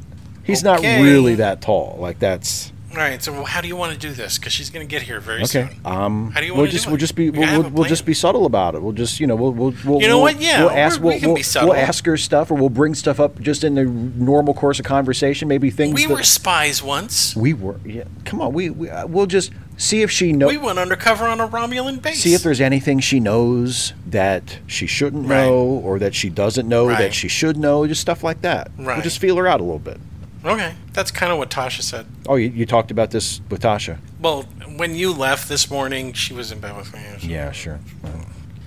S2: He's
S1: Okay.
S2: not really that tall. Like that's
S1: All right. So how do you want to do this? Because she's going to get here very
S2: okay.
S1: soon.
S2: Um,
S1: How do you
S2: we'll
S1: wanna
S2: just
S1: do
S2: we'll
S1: it?
S2: just be
S1: We gotta
S2: we'll,
S1: have a
S2: we'll, we'll just
S1: plan.
S2: be subtle about it. We'll just you know we'll we'll, we'll
S1: You know
S2: we'll-
S1: what? Yeah,
S2: we'll ask
S1: we're- we
S2: we'll,
S1: can
S2: we'll,
S1: be subtle.
S2: we'll ask her stuff, or we'll bring stuff up just in the normal course of conversation. Maybe things
S1: We
S2: that
S1: were spies once.
S2: we were. Yeah, come on, we, we uh, we'll just see if she knows.
S1: We went undercover on a Romulan base.
S2: see if there's anything she knows that she shouldn't
S1: Right.
S2: know or that she doesn't know that
S1: Right.
S2: she should know just stuff like that we'll
S1: Right.
S2: just feel her out a little bit
S1: Okay, that's kind of what Tasha said.
S2: oh you, you talked about this with tasha
S1: Well, when you left this morning, she was in bed with me.
S2: yeah sure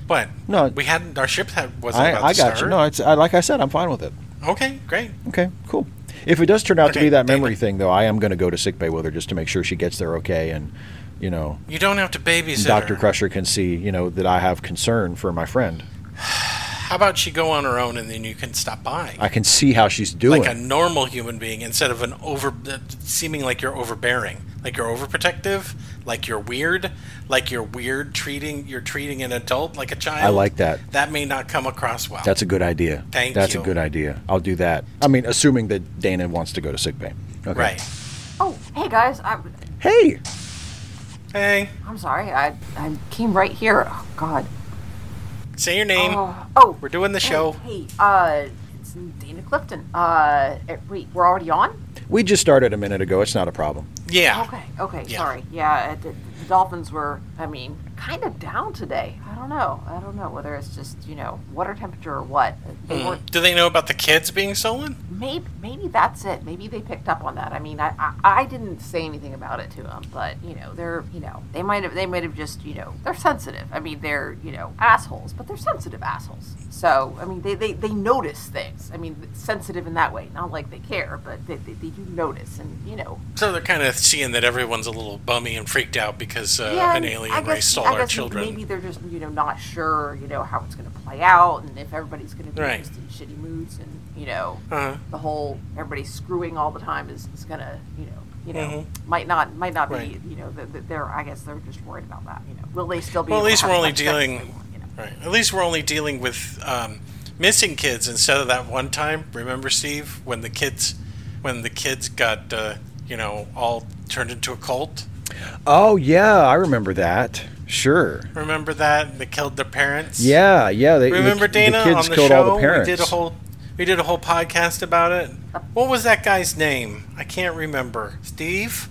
S1: But
S2: No.
S1: we hadn't. Our ship had wasn't
S2: i,
S1: about
S2: I
S1: to
S2: got you
S1: start.
S2: no it's I, like i said i'm fine with it
S1: Okay, great.
S2: okay cool if it does turn out to
S1: Okay,
S2: be that
S1: David.
S2: memory thing though i am going to go to sick bay with her just to make sure she gets there okay and you know
S1: You don't have to babysit
S2: dr
S1: her.
S2: crusher can see you know that i have concern for my friend
S1: How about she go on her own and then you can stop by,
S2: i can see how she's doing
S1: like a normal human being, instead of an over uh, seeming like you're overbearing, like you're overprotective, like you're weird, like you're weird treating you're treating an adult like a child.
S2: i like that
S1: That may not come across well.
S2: That's a good idea.
S1: Thank
S2: That's
S1: you.
S2: a good idea. I'll do that. I mean, assuming that Dana wants to go to sick bay. Okay.
S1: right.
S3: Oh, hey guys, I'm,
S2: Hey,
S1: Hey,
S3: I'm sorry. I, I came right here. Oh God.
S1: say your name.
S3: Oh, oh
S1: We're doing the show.
S3: Hey, hey, uh, it's Dana Clifton. Uh, eh, wait, we're already on?
S2: we just started a minute ago. It's not a problem.
S1: Yeah.
S3: Okay, okay,
S1: Yeah.
S3: sorry. Yeah, eh, the, the Dolphins were, I mean, kind of down today. I don't know. I don't know whether it's just you know water temperature or what. They
S1: Mm.
S3: weren't.
S1: Do they know about the kids being stolen?
S3: Maybe, maybe that's it. Maybe they picked up on that. I mean, I, I, I didn't say anything about it to them, but you know, they're you know they might have they might have just you know they're sensitive. I mean, they're you know assholes, but they're sensitive assholes. So I mean, they they, they notice things. I mean, sensitive in that way, not like they care, but they, they, they do notice, and you know,
S1: So they're kind of seeing that everyone's a little bummy and freaked out because uh,
S3: yeah,
S1: an
S3: and
S1: alien
S3: I guess,
S1: race stole
S3: I
S1: our
S3: guess
S1: children.
S3: Maybe they're just you know not sure you know how it's going to play out, and if everybody's going to be
S1: Right.
S3: just in shitty moods, and you know
S1: Uh-huh.
S3: the whole everybody screwing all the time is, is gonna you know you know
S1: Mhm.
S3: might not might not
S1: Right.
S3: be you know the, the, they're I guess they're just worried about that you know will they still be
S1: Well, at
S3: able to
S1: least
S3: have
S1: we're
S3: as
S1: only
S3: much sex as
S1: dealing-
S3: they want, you know?
S1: Right. At least we're only dealing with um, missing kids instead of that one time. Remember, Steve, when the kids, when the kids got, uh, you know, all turned into a cult.
S2: Oh yeah, I remember that. Sure.
S1: Remember that and they killed their parents.
S2: Yeah, yeah. They, the
S1: Remember
S2: ki-
S1: Dana
S2: The kids
S1: on the
S2: killed
S1: show?
S2: all the parents.
S1: We did a whole, we did a whole podcast about it. What was that guy's name? I can't remember. Steve.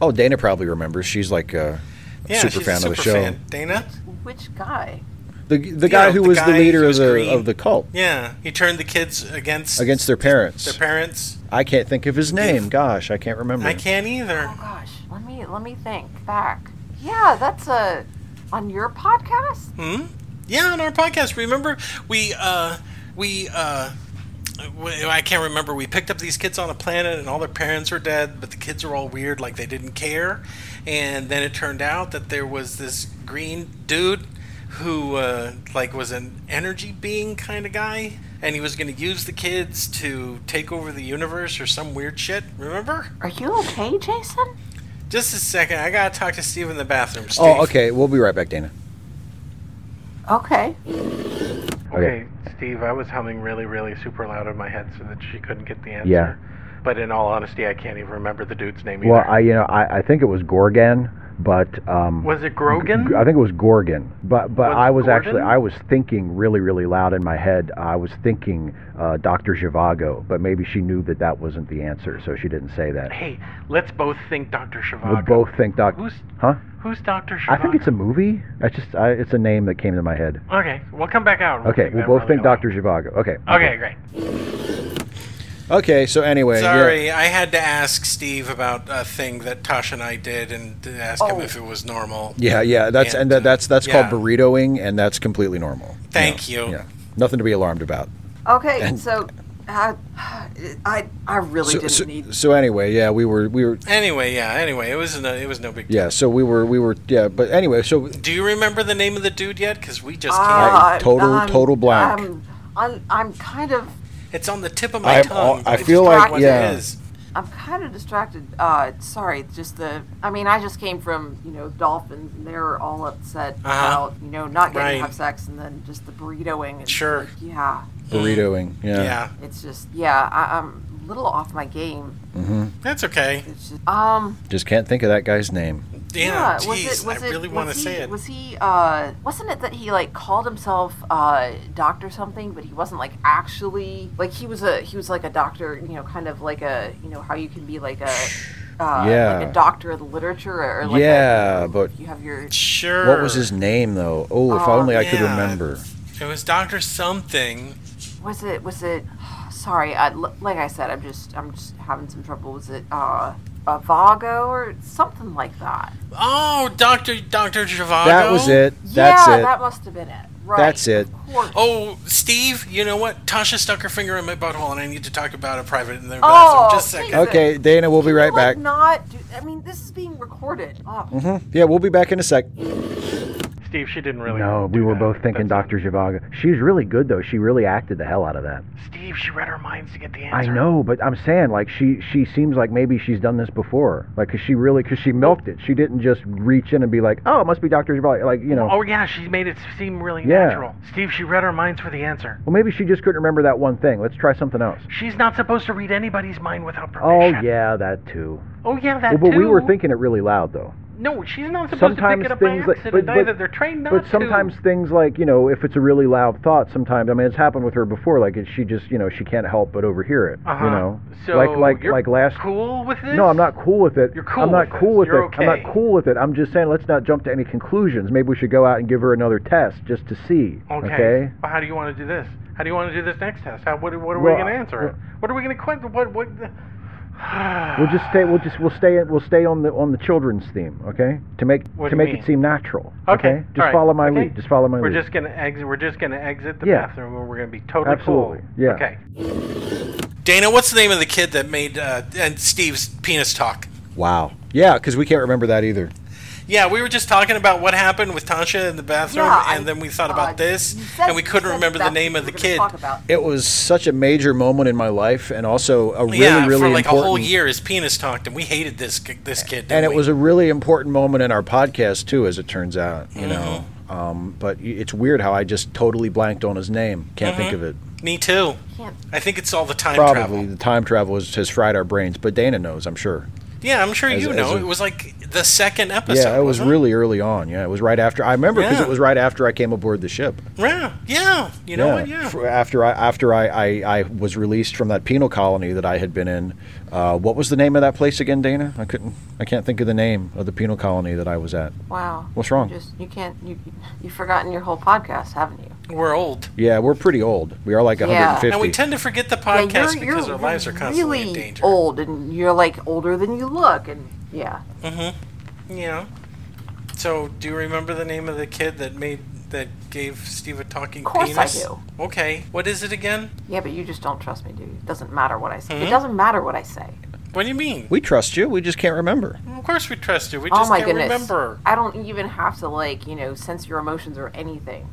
S2: oh, Dana probably remembers. She's like a
S1: Yeah,
S2: super
S1: she's
S2: fan
S1: a super
S2: of the show.
S1: fan. Dana.
S3: which guy
S2: The the guy who
S1: the
S2: was
S1: guy
S2: the leader
S1: who
S2: of
S1: was
S2: the
S1: green.
S2: of the cult
S1: Yeah, he turned the kids against
S2: against their parents.
S1: their parents.
S2: I can't think of his name. Gosh, I can't remember.
S1: I can't either.
S3: oh gosh let me let me think back yeah that's a on your podcast
S1: Hmm? Yeah, on our podcast. Remember, we uh, we uh, w- I can't remember. We picked up these kids on a planet, and all their parents were dead, but the kids were all weird, like they didn't care. And then it turned out that there was this green dude who uh, like was an energy being kind of guy, and he was going to use the kids to take over the universe or some weird shit. Remember?
S3: are you okay Jason
S1: Just a second. I gotta talk to Steve in the bathroom. Steve.
S2: Oh, okay. We'll be right back, Dana.
S3: okay
S1: Okay, Steve, I was humming really, really super loud in my head so that she couldn't get the answer.
S4: Yeah.
S1: But in all honesty, I can't even remember the dude's name
S4: Well,
S1: either.
S4: I you know I, I think it was Gorgon, but um,
S1: was it Grogan?
S4: I think it was Gorgon, but but
S1: Was
S4: I was
S1: Gordon?
S4: actually I was thinking really really loud in my head. I was thinking uh, Doctor Zhivago, but maybe she knew that that wasn't the answer, so she didn't say that.
S1: hey, let's both think Dr. Shivago.
S4: We both think Doctor.
S1: Who's,
S4: Huh?
S1: who's Dr. Shivago?
S4: I think it's a movie. I just I, it's a name that came to my head.
S1: Okay, we'll come back out.
S4: Okay,
S1: think
S4: we
S1: that
S4: both
S1: really
S4: think
S1: loud.
S4: Doctor Zhivago. Okay.
S1: Okay, great.
S2: Okay, so anyway, yeah.
S1: Sorry, I had to ask Steve about a thing that Tosh and I did and to ask him
S3: Oh.
S1: if it was normal.
S2: Yeah, yeah, that's and,
S1: And,
S2: that, that's that's
S1: yeah.
S2: called burritoing, and that's completely normal.
S1: Thank
S2: Yeah,
S1: you.
S2: Yeah, nothing to be alarmed about.
S3: Okay, so I, I, I really
S2: So,
S3: didn't
S2: so,
S3: need.
S2: so anyway, yeah, we were we were
S1: Anyway, yeah, anyway, it was no, it was no big deal.
S2: yeah, so we were we were yeah, but anyway, so
S1: Do you remember the name of the dude yet? Because we just
S3: Ah,
S1: can't.
S2: I- total- total blank.
S3: I'm, I'm, I'm kind of,
S1: It's on the tip of my
S2: I'm all-
S1: tongue.
S2: I
S1: but just
S2: feel
S1: don't know
S2: like-
S1: what
S2: yeah.
S1: It is.
S3: I'm kind of distracted. Uh, sorry, it's just the. I mean, I just came from you know dolphins, and they're all upset
S1: Uh-huh.
S3: about you know not getting
S1: Right.
S3: to have sex, and then just the burritoing. And
S1: Sure.
S3: yeah,
S2: burritoing. Mm. Yeah.
S1: Yeah.
S3: it's just yeah. I, I'm a little off my game.
S1: that's okay.
S3: It's just um.
S2: just can't think of that guy's name.
S1: Yeah,
S3: was
S1: jeez,
S3: it? Was
S1: I really
S3: it?
S1: want to
S3: was he,
S1: say it.
S3: Was he? Uh, wasn't it that he like called himself uh, doctor something, but he wasn't like actually like he was a he was like a doctor, you know, kind of like a you know how you can be like a uh,
S2: Yeah.
S3: like a doctor of the literature or like a-
S2: Yeah, but-
S3: you have your
S1: sure.
S2: What was his name though? Oh, if
S3: Oh,
S2: only I could
S1: yeah.
S2: remember.
S1: It was Doctor Something.
S3: was it was it sorry I, l- like I said I'm just I'm just having some trouble was it uh, a Vago or something like that
S1: Oh, Doctor Doctor Zhivago.
S2: That was it. That's
S3: yeah
S2: it.
S3: that must have been it right
S2: That's it.
S3: of course.
S1: Oh, Steve, you know what? Tasha stuck her finger in my butthole, and I need to talk about it private in the
S3: Oh,
S1: bathroom. Just a second.
S3: Jesus.
S2: okay, Dana, we'll be
S3: Can
S2: right
S3: you, like,
S2: back. Mm-hmm.
S3: Not, do, I mean, this is being recorded. Oh,
S2: Yeah, we'll be back in a sec.
S1: Oh, Steve, she didn't really.
S4: No, we
S1: do
S4: were
S1: that.
S4: both thinking
S1: That's-
S4: Doctor Zhivago. She was really good though. She really acted the hell out of that.
S1: Steve, she read our minds to get the answer.
S4: I know, but I'm saying like she she seems like maybe she's done this before. Like 'cause she really cuz she milked it. She didn't just reach in and be like, "Oh, it must be Dr. Zhivago." Like, you know.
S1: Oh yeah, she made it seem really
S4: Yeah.
S1: natural. Steve, she read our minds for the answer.
S4: Well, maybe she just couldn't remember that one thing. Let's try something else.
S1: She's not supposed to read anybody's mind without
S4: Oh,
S1: permission.
S4: yeah, that too.
S1: Oh yeah, that
S4: Well, but
S1: too.
S4: we were thinking it really loud though.
S1: No, she's not supposed
S4: Sometimes
S1: to pick it up
S4: things
S1: by
S4: like but,
S1: accident
S4: but,
S1: either. They're trained not
S4: but sometimes
S1: to.
S4: things like, you know, if it's a really loud thought, sometimes I mean, it's happened with her before like it, she just, you know, she can't help but overhear it,
S1: Uh-huh.
S4: you know.
S1: So
S4: like like
S1: you're
S4: like last
S1: cool with this?
S4: No, I'm not cool with it.
S1: You're cool
S4: I'm not
S1: with
S4: cool
S1: this.
S4: with
S1: You're
S4: it. I'm
S1: okay.
S4: not cool with it. I'm just saying let's not jump to any conclusions. Maybe we should go out and give her another test just to see.
S1: Okay. Well, how do you want to do this? How do you want to do this next test? How, what, what are
S4: Well,
S1: we
S4: I-
S1: going to answer? it? what are we going to quit? What? What? The...
S4: We'll just stay. We'll just we'll stay. We'll stay on the on the children's theme. Okay. To make
S1: What
S4: to
S1: do you
S4: make
S1: mean?
S4: it seem natural.
S1: Okay,
S4: Just
S1: all right,
S4: follow my
S1: okay.
S4: lead. Just follow my
S1: We're
S4: lead.
S1: just going to exit. We're just going to exit the
S4: Yeah.
S1: bathroom, and we're going to be totally
S4: Absolutely,
S1: cool.
S4: yeah.
S1: Okay. Dana, what's the name of the kid that made uh, and Steve's penis talk?
S2: Wow. Yeah, because we can't remember that either.
S1: Yeah, we were just talking about what happened with Tasha in the bathroom,
S3: Yeah,
S1: and
S3: I-
S1: then we thought
S3: uh,
S1: about this,
S3: you said-
S1: and we
S3: you
S1: couldn't
S3: said
S1: remember the
S3: that's
S1: name
S3: what
S1: of
S3: we
S1: the
S3: were gonna
S1: kid.
S3: Talk about.
S2: It was such a major moment in my life, and also a really
S1: yeah,
S2: really
S1: for like
S2: important
S1: a whole year, his penis talked, and we hated this k- this kid. didn't
S2: and it
S1: we?
S2: was a really important moment in our podcast too, as it turns out. You
S1: Mm-hmm.
S2: know, um, but y- it's weird how I just totally blanked on his name. Can't think of it.
S1: me too.
S3: Can't-
S1: I think it's all the Mm-hmm. time
S2: Probably
S1: travel.
S2: the time travel has, has fried our brains, but Dana knows, I'm sure.
S1: Yeah, I'm sure
S2: As-
S1: you
S2: as
S1: know.
S2: a-
S1: it was like the second episode.
S2: yeah, it was
S1: wasn't
S2: really early on. Yeah, it was right after. I remember because
S1: Yeah.
S2: it was right after I came aboard the ship.
S1: Yeah, yeah. You know what?
S2: F-
S1: Yeah.
S2: After I after I, I, I was released from that penal colony that I had been in. Uh, what was the name of that place again, Dana? I couldn't. I can't think of the name of the penal colony that I was at.
S3: Wow.
S2: What's wrong?
S3: You just you can't you you've forgotten your whole podcast, haven't you?
S1: We're old.
S2: Yeah, we're pretty old. We are like
S3: Yeah.
S2: 150.
S1: And we tend to forget the podcast
S3: yeah, you're,
S1: because
S3: you're
S1: our lives are constantly
S3: really
S1: in danger.
S3: old, and you're like older than you look, and yeah.
S1: Yeah. So, do you remember the name of the kid that made that gave Steve a talking
S3: Course I
S1: penis?
S3: do.
S1: Okay. What is it again?
S3: Yeah, but you just don't trust me, dude. It doesn't matter what I say. It doesn't matter what I say.
S1: What do Mm-hmm. you mean?
S2: We trust you. We just can't remember.
S1: Of course we trust you. We
S3: Oh
S1: just
S3: my
S1: can't
S3: goodness.
S1: remember.
S3: I don't even have to like, you know, sense your emotions or anything.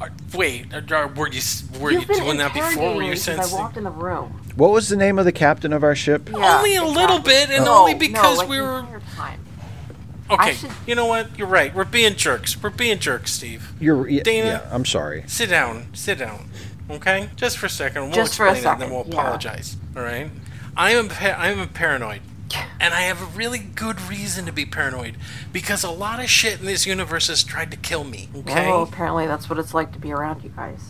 S1: Are- Uh, Wait, are- are- were you s- were
S3: You've
S1: you
S3: been
S1: doing that before?
S3: interrogating
S1: Were you
S3: me since I
S1: sensing?
S3: walked in the room.
S2: What was the name of the captain of our ship?
S3: Yeah,
S1: Only a little
S3: exactly.
S1: bit, and
S3: No,
S1: only
S3: no,
S1: because
S3: like
S1: we
S3: the
S1: were
S3: entire time. I
S1: Okay,
S3: should-
S1: you know what? You're right. We're being jerks. We're being jerks, Steve.
S2: You're yeah,
S1: Dana?
S2: yeah, I'm sorry.
S1: Sit down. Sit down. Okay? Just for a second. We'll
S3: Just for
S1: explain
S3: a
S1: it and then
S3: second,
S1: we'll
S3: yeah.
S1: apologize. All right? I am pa- I am paranoid. And I have a really good reason to be paranoid because a lot of shit in this universe has tried to kill me. Okay?
S3: Oh, apparently that's what it's like to be around you guys.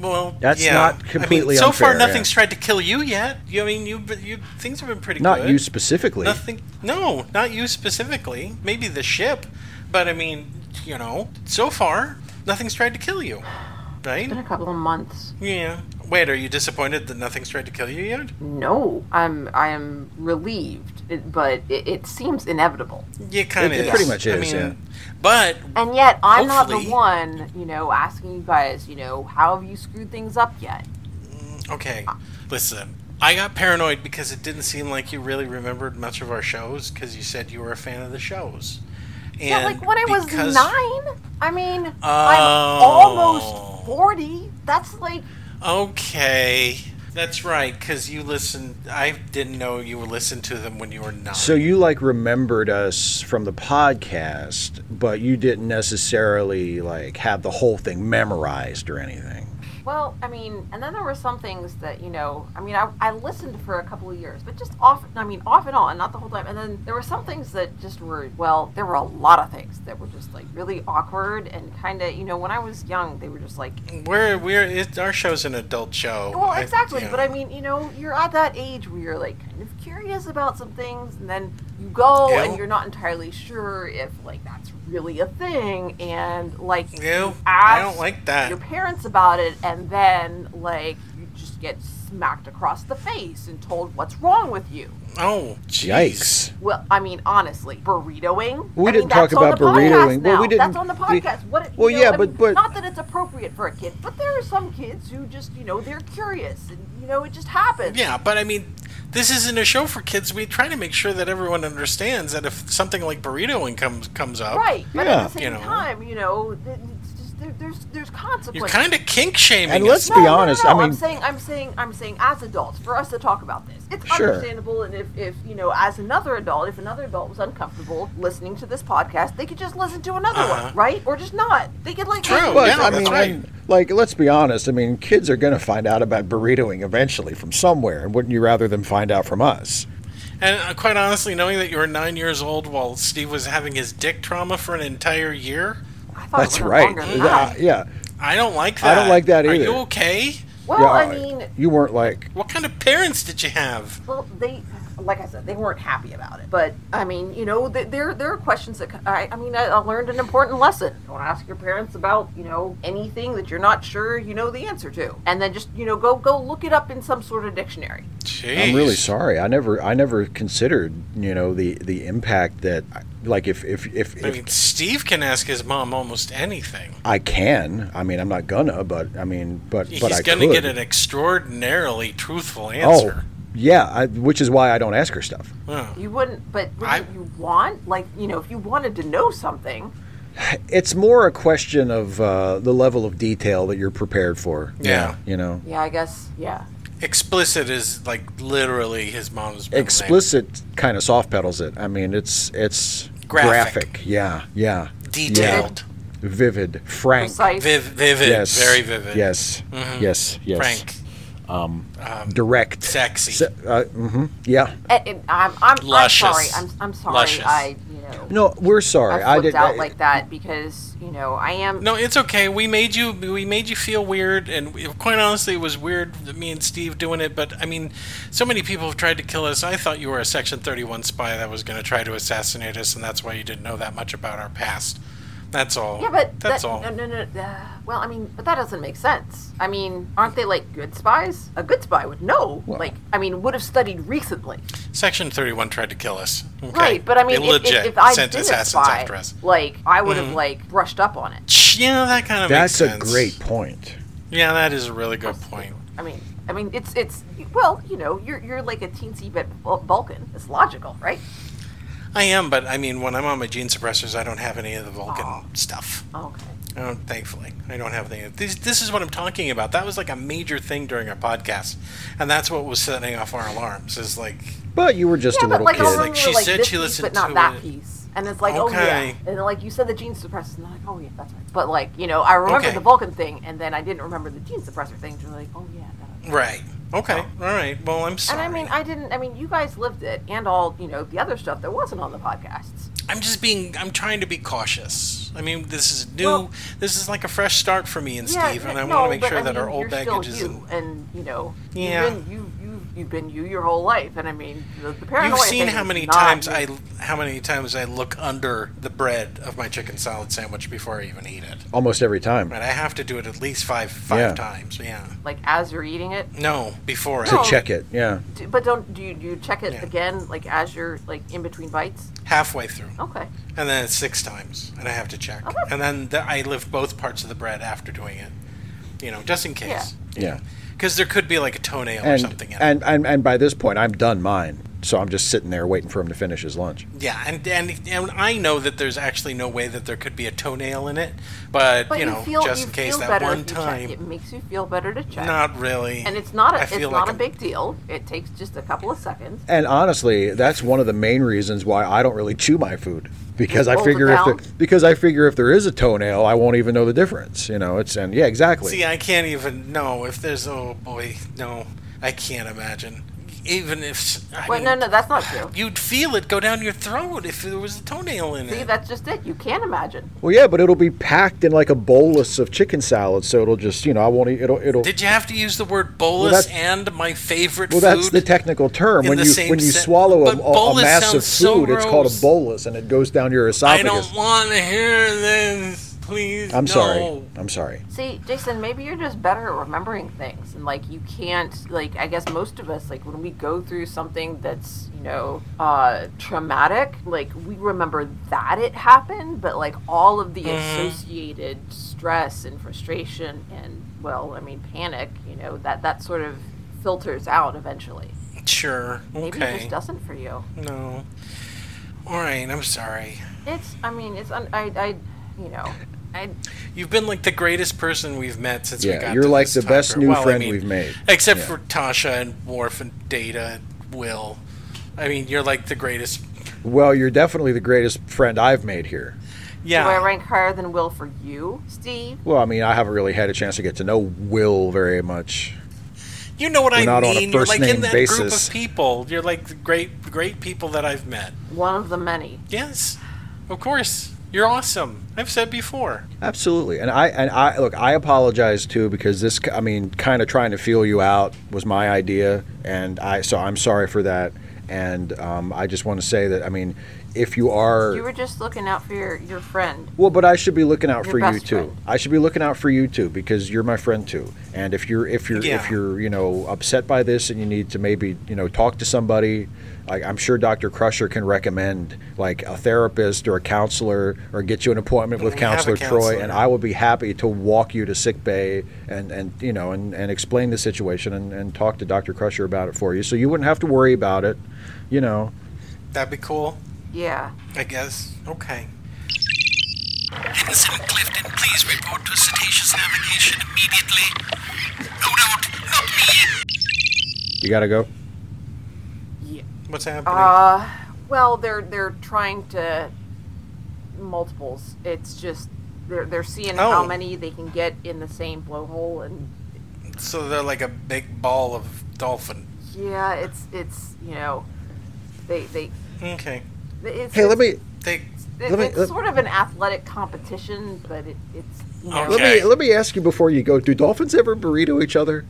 S1: well,
S2: That's
S1: yeah.
S2: not
S1: I mean,
S2: completely
S1: so far
S2: unfair, yeah.
S1: nothing's tried to kill you yet. You, I mean, you you things have been pretty
S2: Not
S1: good.
S2: you specifically.
S1: Nothing. No, not you specifically. Maybe the ship, but I mean, you know, so far nothing's tried to kill you,
S3: It's been
S1: right?
S3: a couple of months.
S1: Yeah. Wait, are you disappointed that nothing's tried to kill you yet?
S3: No, I'm I am relieved, it- but it, it seems inevitable.
S1: Yeah, kind of.
S2: It- it pretty much
S1: I
S2: is,
S1: mean,
S2: yeah.
S1: But
S3: And yet, I'm not
S1: Hopefully.
S3: the one, you know, asking you guys, you know, how have you screwed things up yet?
S1: okay, listen. I got paranoid because it didn't seem like you really remembered much of our shows because you said you were a fan of the shows. And
S3: Yeah, like when I was
S1: because-
S3: nine. I mean,
S1: Oh.
S3: I'm almost forty. That's like
S1: Okay, that's right. Because you listened. I didn't know you were listening to them when you were nine.
S2: So you like remembered us from the podcast, but you didn't necessarily like have the whole thing memorized or anything.
S3: Well, I mean, and then there were some things that you know. I mean, I, I listened for a couple of years, but just off. I mean, off and on, not the whole time. And then there were some things that just were. Well, there were a lot of things that were just like really awkward and kind of. You know, when I was young, they were just like.
S1: We're we're it, our show's an adult show.
S3: Well, exactly.
S1: yeah.
S3: But I mean, you know, you're at that age where you're like kind of curious about some things, and then you go
S1: Ew.
S3: and you're not entirely sure if like that's really a thing, and like
S1: Ew,
S3: you
S1: I
S3: ask
S1: don't like that.
S3: your parents about it, and then like you just get smacked across the face and told what's wrong with you.
S1: oh, jeez.
S2: Yikes!
S3: Well, I mean, honestly, burritoing.
S2: We
S3: I mean,
S2: didn't
S3: that's
S2: talk
S3: on
S2: about
S3: the podcast
S2: burritoing. Well,
S3: now.
S2: we didn't-
S3: That's on the
S2: we-
S3: podcast. what? you
S2: well,
S3: know,
S2: yeah,
S3: I
S2: but-
S3: mean,
S2: but-
S3: not that it's appropriate for a kid, but there are some kids who just, you know, they're curious, and you know, it just happens.
S1: Yeah, but I mean, this isn't a show for kids. We try to make sure that everyone understands that if something like burritoing comes comes up,
S3: Right. But
S2: Yeah.
S3: at the same
S1: You know.
S3: time, you know, th- it's just there, there's there's consequences.
S1: You're kind of kink shaming.
S2: And let's
S1: us.
S2: be honest, I
S3: am
S2: mean-
S3: saying, I'm saying, I'm saying, as adults, for us to talk about this, it's
S2: Sure.
S3: understandable. And if, if you know, as another adult, if another adult was uncomfortable listening to this podcast, they could just listen to another
S1: Uh-huh.
S3: one, right? Or just not. They could like.
S1: True.
S2: But
S1: Oh, yeah,
S2: I
S1: that's
S2: mean,
S1: right.
S2: and, like, let's be honest. I mean, kids are going to find out about burritoing eventually from somewhere, and wouldn't you rather them find out from us?
S1: And uh, quite honestly, knowing that you were nine years old while Steve was having his dick trauma for an entire year,
S3: I thought
S2: That's
S3: it was
S2: right.
S3: Oh, Longer than
S2: Uh,
S3: that.
S2: yeah.
S1: I don't like
S2: I
S1: that.
S2: don't like that
S1: Are
S2: either.
S1: you okay?
S3: Well,
S2: yeah.
S3: I mean,
S2: you weren't like
S1: What kind of parents did you have?
S3: well, they, like I said, they weren't happy about it. But I mean, you know, th- there there are questions that c- I, I mean, I, I learned an important lesson. Don't ask your parents about you know anything that you're not sure you know the answer to, and then just you know go go look it up in some sort of dictionary.
S1: Jeez.
S2: I'm really sorry. I never, I never considered, you know, the the impact that, like, if if if,
S1: I
S2: if
S1: mean, Steve can ask his mom almost anything.
S2: I can, I mean, I'm not gonna, but I mean, but but
S1: He's
S2: I
S1: going
S2: could.
S1: to get an extraordinarily truthful answer.
S2: Oh, yeah, I, which is why I don't ask her stuff.
S1: Huh.
S3: You wouldn't, but would
S1: Oh. I-
S3: you- you want like you know if you wanted to know something,
S2: It's more a question of uh, the level of detail that you're prepared for.
S1: Yeah.
S2: you know,
S3: yeah, I guess, yeah.
S1: Explicit is like literally his mom's middle name.
S2: explicit kind of soft pedals it. I mean, it's it's
S1: Graphic.
S2: Yeah, yeah,
S1: detailed,
S2: yeah. vivid, frank.
S3: Precise.
S1: Viv- vivid,
S2: Yes,
S1: very vivid. Mm-hmm.
S2: Yes, yes, yes.
S1: Frank, um,
S2: direct,
S1: sexy.
S2: Se- uh, mhm, Yeah.
S3: Eh, eh, I'm, I'm, I'm
S1: Luscious.
S3: sorry. I'm, I'm sorry.
S1: Luscious.
S3: I you know
S2: No, we're sorry.
S3: I flipped
S2: didn't.
S3: out like that because you know I am
S1: no, it's okay. We made you. We made you feel weird, and we- quite honestly, it was weird. Me and Steve doing it, but I mean, so many people have tried to kill us. I thought you were a Section Thirty-One spy that was going to try to assassinate us, and that's why you didn't know that much about our past. That's all.
S3: Yeah, but
S1: that's
S3: that,
S1: all.
S3: No, no, no. Uh, well, I mean, but that doesn't make sense. I mean, aren't they like good spies? A good spy would know. like, I mean, would have studied recently,
S1: Section Thirty-One tried to kill us. Okay.
S3: right? But I mean,
S1: they
S3: if,
S1: legit
S3: if, if I'd
S1: sent
S3: been a
S1: assassins
S3: spy,
S1: after us. Mm-hmm.
S3: like, I would have like brushed up on it.
S1: Yeah, that kind of
S2: That's
S1: makes
S2: a
S1: sense.
S2: great point.
S1: Yeah, that is a really good point.
S3: I mean, I mean, it's it's well, you know, you're you're like a teensy bit Vul- Vulcan. It's logical, right?
S1: I am, but I mean, when I'm on my gene suppressors, I don't have any of the Vulcan stuff.
S3: Okay.
S1: I don't, thankfully, I don't have any. This, this is what I'm talking about. That was like a major thing during our podcast, and that's what was setting off our alarms. Is like,
S2: But you were just
S3: Yeah,
S2: a
S3: but
S2: little
S3: like,
S2: kid.
S3: I'll remember,
S1: like, she
S3: like
S1: said
S3: this
S1: she
S3: piece,
S1: listened
S3: but not
S1: to
S3: that
S1: it.
S3: piece. And it's like,
S1: Okay.
S3: oh yeah, and like you said, the gene suppressors, and they're like, oh yeah, that's right. But like, you know, I remember
S1: Okay.
S3: the Vulcan thing, and then I didn't remember the gene suppressor thing. So like, oh yeah. That,
S1: Right. Okay. All right. Well, I'm
S3: and
S1: sorry.
S3: I mean, I didn't. I mean, you guys lived it, and all you know, the other stuff that wasn't on the podcasts.
S1: I'm just being. I'm trying to be cautious. I mean, this is new.
S3: Well-
S1: this is like a fresh start for me and Steve,
S3: n-
S1: and I
S3: no,
S1: want to make
S3: but
S1: sure
S3: I
S1: that our
S3: mean,
S1: old
S3: you're
S1: baggage
S3: still
S1: isn't.
S3: you, and you know,
S1: Yeah.
S3: you've been you, you you've been you your whole life, and I mean, the, the paranoia.
S1: You've seen
S3: thing
S1: how
S3: is
S1: many
S3: not
S1: times
S3: new.
S1: I how many times I look under the bread of my chicken salad sandwich before I even eat it.
S2: Almost every time.
S1: Right. I have to do it at least five five
S2: Yeah.
S1: times. Yeah.
S3: like as you're eating it.
S1: No, before
S3: No.
S1: I
S2: Check it. Yeah.
S3: Do, but don't do you, do you check it
S1: Yeah.
S3: again, like as you're like in between bites?
S1: halfway through,
S3: Okay.
S1: and then it's six times, and I have to check,
S3: Okay.
S1: and then the, I lift both parts of the bread after doing it. You know, just in case.
S2: Yeah.
S1: Because there could be like a toenail or
S2: And,
S1: something in it.
S2: and and and by this point, I'm done mine. So I'm just sitting there waiting for him to finish his lunch.
S1: Yeah, and, and and I know that there's actually no way that there could be a toenail in it, but,
S3: But
S1: you
S3: you,
S1: know,
S3: feel
S1: just
S3: you
S1: in case
S3: feel
S1: that
S3: better
S1: one
S3: if you
S1: time.
S3: Check. It makes you feel better to check.
S1: Not really.
S3: and it's not a
S1: I
S3: it's
S1: feel
S3: not
S1: like
S3: a
S1: I'm-
S3: big deal. It takes just a couple of seconds.
S2: And honestly, that's one of the main reasons why I don't really chew my food because I
S3: Rolls it
S2: figure if
S3: down?
S2: there, because I figure if there is a toenail, I won't even know the difference. You know, it's and yeah, exactly.
S1: See, I can't even know if there's. Oh boy, no, I can't imagine. Even if I
S3: Wait,
S1: mean,
S3: no, no, that's not true.
S1: you'd feel it go down your throat if there was a toenail in
S3: See,
S1: it.
S3: that's just it. You can't imagine.
S2: well, yeah, but it'll be packed in like a bolus of chicken salad, so it'll just you know I won't eat it'll it'll.
S1: Did you have to use the word bolus
S2: that's-
S1: and my favorite
S2: well,
S1: food?
S2: that's the technical term
S1: in
S2: when
S1: the
S2: you
S1: same
S2: when you
S1: sen-
S2: swallow a,
S1: but
S2: a, a
S1: bolus
S2: mass of food,
S1: sounds so
S2: it's called a
S1: gross.
S2: bolus, and it goes down your
S1: I
S2: esophagus.
S1: don't want to hear this. Please.
S2: I'm
S1: no.
S2: sorry. I'm sorry.
S3: See, Jason, maybe you're just better at remembering things, and like you can't, like I guess most of us, like when we go through something that's you know uh, traumatic, like we remember that it happened, but like all of the
S1: Mm-hmm.
S3: associated stress and frustration and well, I mean panic, you know that that sort of filters out eventually.
S1: Sure.
S3: Maybe it
S1: Okay.
S3: just doesn't for you.
S1: No. All right. I'm sorry.
S3: It's, I mean, it's un- I, I, you know, I.
S1: You've been like the greatest person we've met since we
S2: Yeah,
S1: got.
S2: you're
S1: to
S2: like
S1: this
S2: the
S1: time
S2: best
S1: period.
S2: new
S1: Well, I
S2: friend
S1: mean,
S2: we've made.
S1: except
S2: Yeah.
S1: for Tasha and Worf and Data, and Will. I mean, you're like the greatest.
S2: Well, you're definitely the greatest friend I've made here.
S1: Yeah.
S3: Do I rank higher than Will for you, Steve?
S2: Well, I mean, I haven't really had a chance to get to know Will very much.
S1: You know what I
S2: We're not on a
S1: mean. You're like in
S2: first-name
S1: that group
S2: basis.
S1: of people. You're like the great, great people that I've met.
S3: One of the many.
S1: Yes, of course. You're awesome. I've said before.
S2: Absolutely, and I and I look. I apologize too because this. I mean, kind of trying to feel you out was my idea, and I so I'm sorry for that. And um, I just want to say that I mean, if you are
S3: You were just looking out for your, your friend.
S2: Well, but I should be looking out
S3: Your
S2: for you
S3: best
S2: too.
S3: friend.
S2: I should be looking out for you too because you're my friend too. And if you're if you're
S1: Yeah.
S2: if you're you know upset by this and you need to maybe you know talk to somebody, like I'm sure Dr. Crusher can recommend like a therapist or a counselor or get you an appointment with
S1: We have a
S2: Counselor Troy,
S1: counselor.
S2: and I would be happy to walk you to sick bay and and you know and and explain the situation and and talk to Dr. Crusher about it for you, so you wouldn't have to worry about it, you know.
S1: That'd be cool,
S3: Yeah.
S1: I guess. Okay.
S5: Ensign Clifton, please report to Cetaceous Navigation immediately. No, don't, not me.
S2: You gotta go.
S3: Yeah.
S1: What's happening?
S3: Uh, well, they're they're trying to multiples. It's just they're they're seeing how
S1: Oh.
S3: many they can get in the same blowhole, and
S1: so they're like a big ball of dolphin.
S3: yeah, it's it's you know, they they.
S1: Okay.
S3: It's,
S2: Hey, let
S3: it's-
S2: me
S1: They.
S3: it-
S2: let me-
S3: it's
S2: let-
S3: sort of an athletic competition, but it, it's you know,
S1: Okay.
S2: Let me let me ask you before you go: Do dolphins ever burrito each other,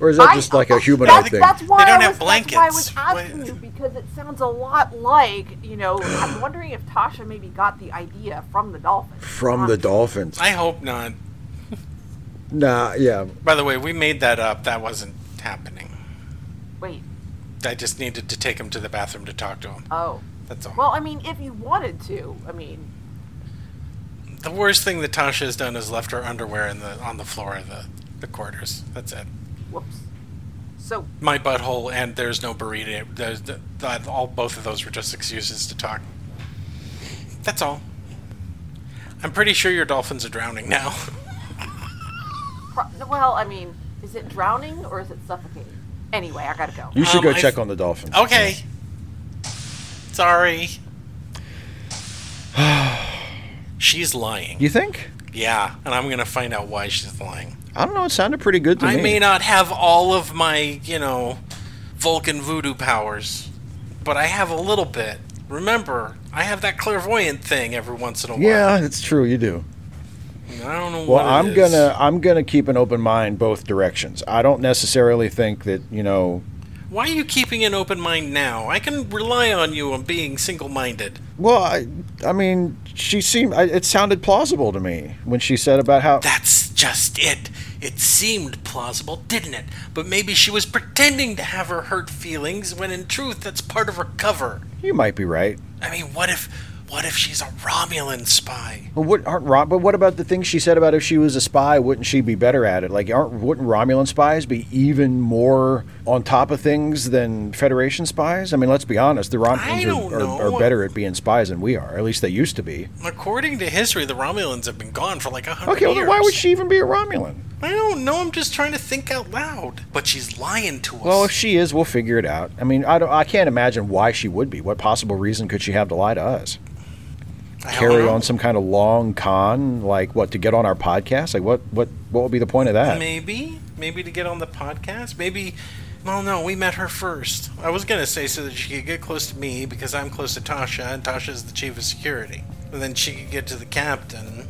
S2: or is that
S3: I-
S2: just like a
S3: I-
S2: humanoid
S3: that's,
S2: thing?
S3: That's why
S1: They don't
S3: I
S1: have
S3: was, That's
S1: blankets.
S3: why I was asking
S1: Why-
S3: you because it sounds a lot like you know. I'm wondering if Tasha maybe got the idea from the dolphins.
S2: From the dolphins?
S1: I hope not.
S2: Nah, yeah.
S1: By the way, we made that up. That wasn't happening.
S3: Wait.
S1: I just needed to take him to the bathroom to talk to him.
S3: Oh.
S1: That's all.
S3: Well, I mean, if you wanted to, I mean,
S1: the worst thing that Tasha has done is left her underwear in the on the floor of the, the quarters. That's it.
S3: whoops. So
S1: My butthole and there's no burrito. There's th- that all both of those were just excuses to talk. That's all. I'm pretty sure your dolphins are drowning now.
S3: pro- well, I mean, is it drowning or is it suffocating? Anyway, I gotta go.
S2: You should
S1: Um,
S2: go
S1: I-
S2: check on the dolphins.
S1: okay. Sorry. she's lying.
S2: You think?
S1: Yeah, and I'm going to find out why she's lying.
S2: I don't know. It sounded pretty good to
S1: I uh,
S2: me.
S1: may not have all of my, you know, Vulcan voodoo powers, but I have a little bit. Remember, I have that clairvoyant thing every once in a while.
S2: yeah, it's true. You do.
S1: I don't know
S2: Well,
S1: what it
S2: I'm
S1: is.
S2: gonna I'm gonna keep an open mind both directions. I don't necessarily think that you know.
S1: Why are you keeping an open mind now? I can rely on you on being single minded.
S2: Well, I I mean, she seemed I, it sounded plausible to me when she said about how.
S1: That's just it. It seemed plausible, didn't it? But maybe she was pretending to have her hurt feelings when in truth that's part of her cover.
S2: you might be right.
S1: I mean, what if what if she's a Romulan spy?
S2: But what aren't Rom- But what about the things she said about if she was a spy, wouldn't she be better at it? Like, aren't wouldn't Romulan spies be even more on top of things than Federation spies? I mean, let's be honest, the
S1: I
S2: Romulans
S1: don't
S2: are, are,
S1: know.
S2: are better at being spies than we are. At least they used to be.
S1: According to history, the Romulans have been gone for like a hundred
S2: Okay, well,
S1: years.
S2: then why would she even be a Romulan?
S1: I don't know. I'm just trying to think out loud. But she's lying to us.
S2: Well, if she is, we'll figure it out. I mean, I don't. I can't imagine why she would be. What possible reason could she have to lie to us?
S1: I don't
S2: Carry
S1: know.
S2: on some kind of long con, like what to get on our podcast? Like what? What? What would be the point of that?
S1: Maybe, maybe to get on the podcast. Maybe. Well, no, we met her first. I was gonna say so that she could get close to me because I'm close to Tasha, and Tasha's the chief of security. And then she could get to the captain,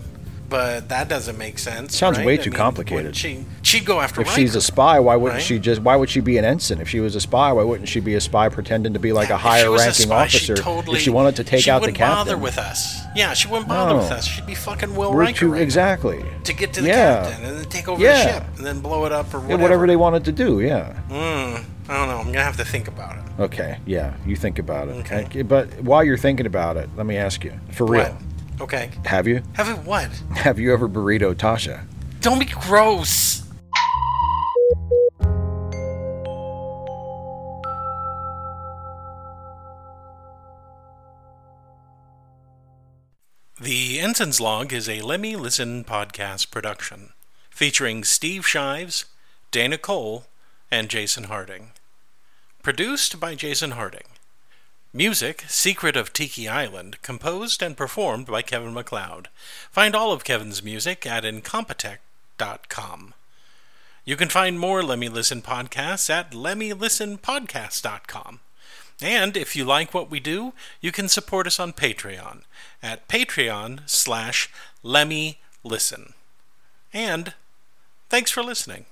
S1: but that doesn't make sense.
S2: Sounds
S1: right?
S2: way
S1: I
S2: too
S1: mean,
S2: complicated.
S1: wouldn't She she'd go after.
S2: If she's
S1: Riker.
S2: a spy, why wouldn't
S1: Right.
S2: she just? Why would she be an ensign? If she was a spy, why wouldn't she be a spy pretending to be like a
S1: If she
S2: higher
S1: was a
S2: ranking
S1: spy,
S2: officer?
S1: She totally,
S2: if she wanted to take
S1: she
S2: out the
S1: wouldn't bother
S2: captain,
S1: with us. Yeah, she wouldn't bother
S2: No.
S1: with us. She'd be fucking Will
S2: we're
S1: Riker
S2: too
S1: right now
S2: exactly.
S1: to get to the
S2: Yeah.
S1: captain and then take over
S2: Yeah.
S1: the ship and then blow it up or
S2: Yeah,
S1: whatever.
S2: Whatever they wanted to do, yeah.
S1: Mm, I don't know. I'm gonna have to think about it.
S2: Okay, yeah. You think about it.
S1: Okay.
S2: Okay, But while you're thinking about it, let me ask you for real:
S1: What? Okay.
S2: Have you?
S1: Have it what?
S2: Have you ever burrito Tasha?
S1: Don't be gross. The Ensign's Log is a Let Me Listen podcast production featuring Steve Shives, Dana Cole, and Jason Harding. Produced by Jason Harding. Music, Secret of Tiki Island, composed and performed by Kevin McLeod. Find all of Kevin's music at incompetech.com. You can find more Let Me Listen podcasts at lemmylistenpodcast.com. And if you like what we do, you can support us on Patreon at patreon slash lemmylisten. And thanks for listening.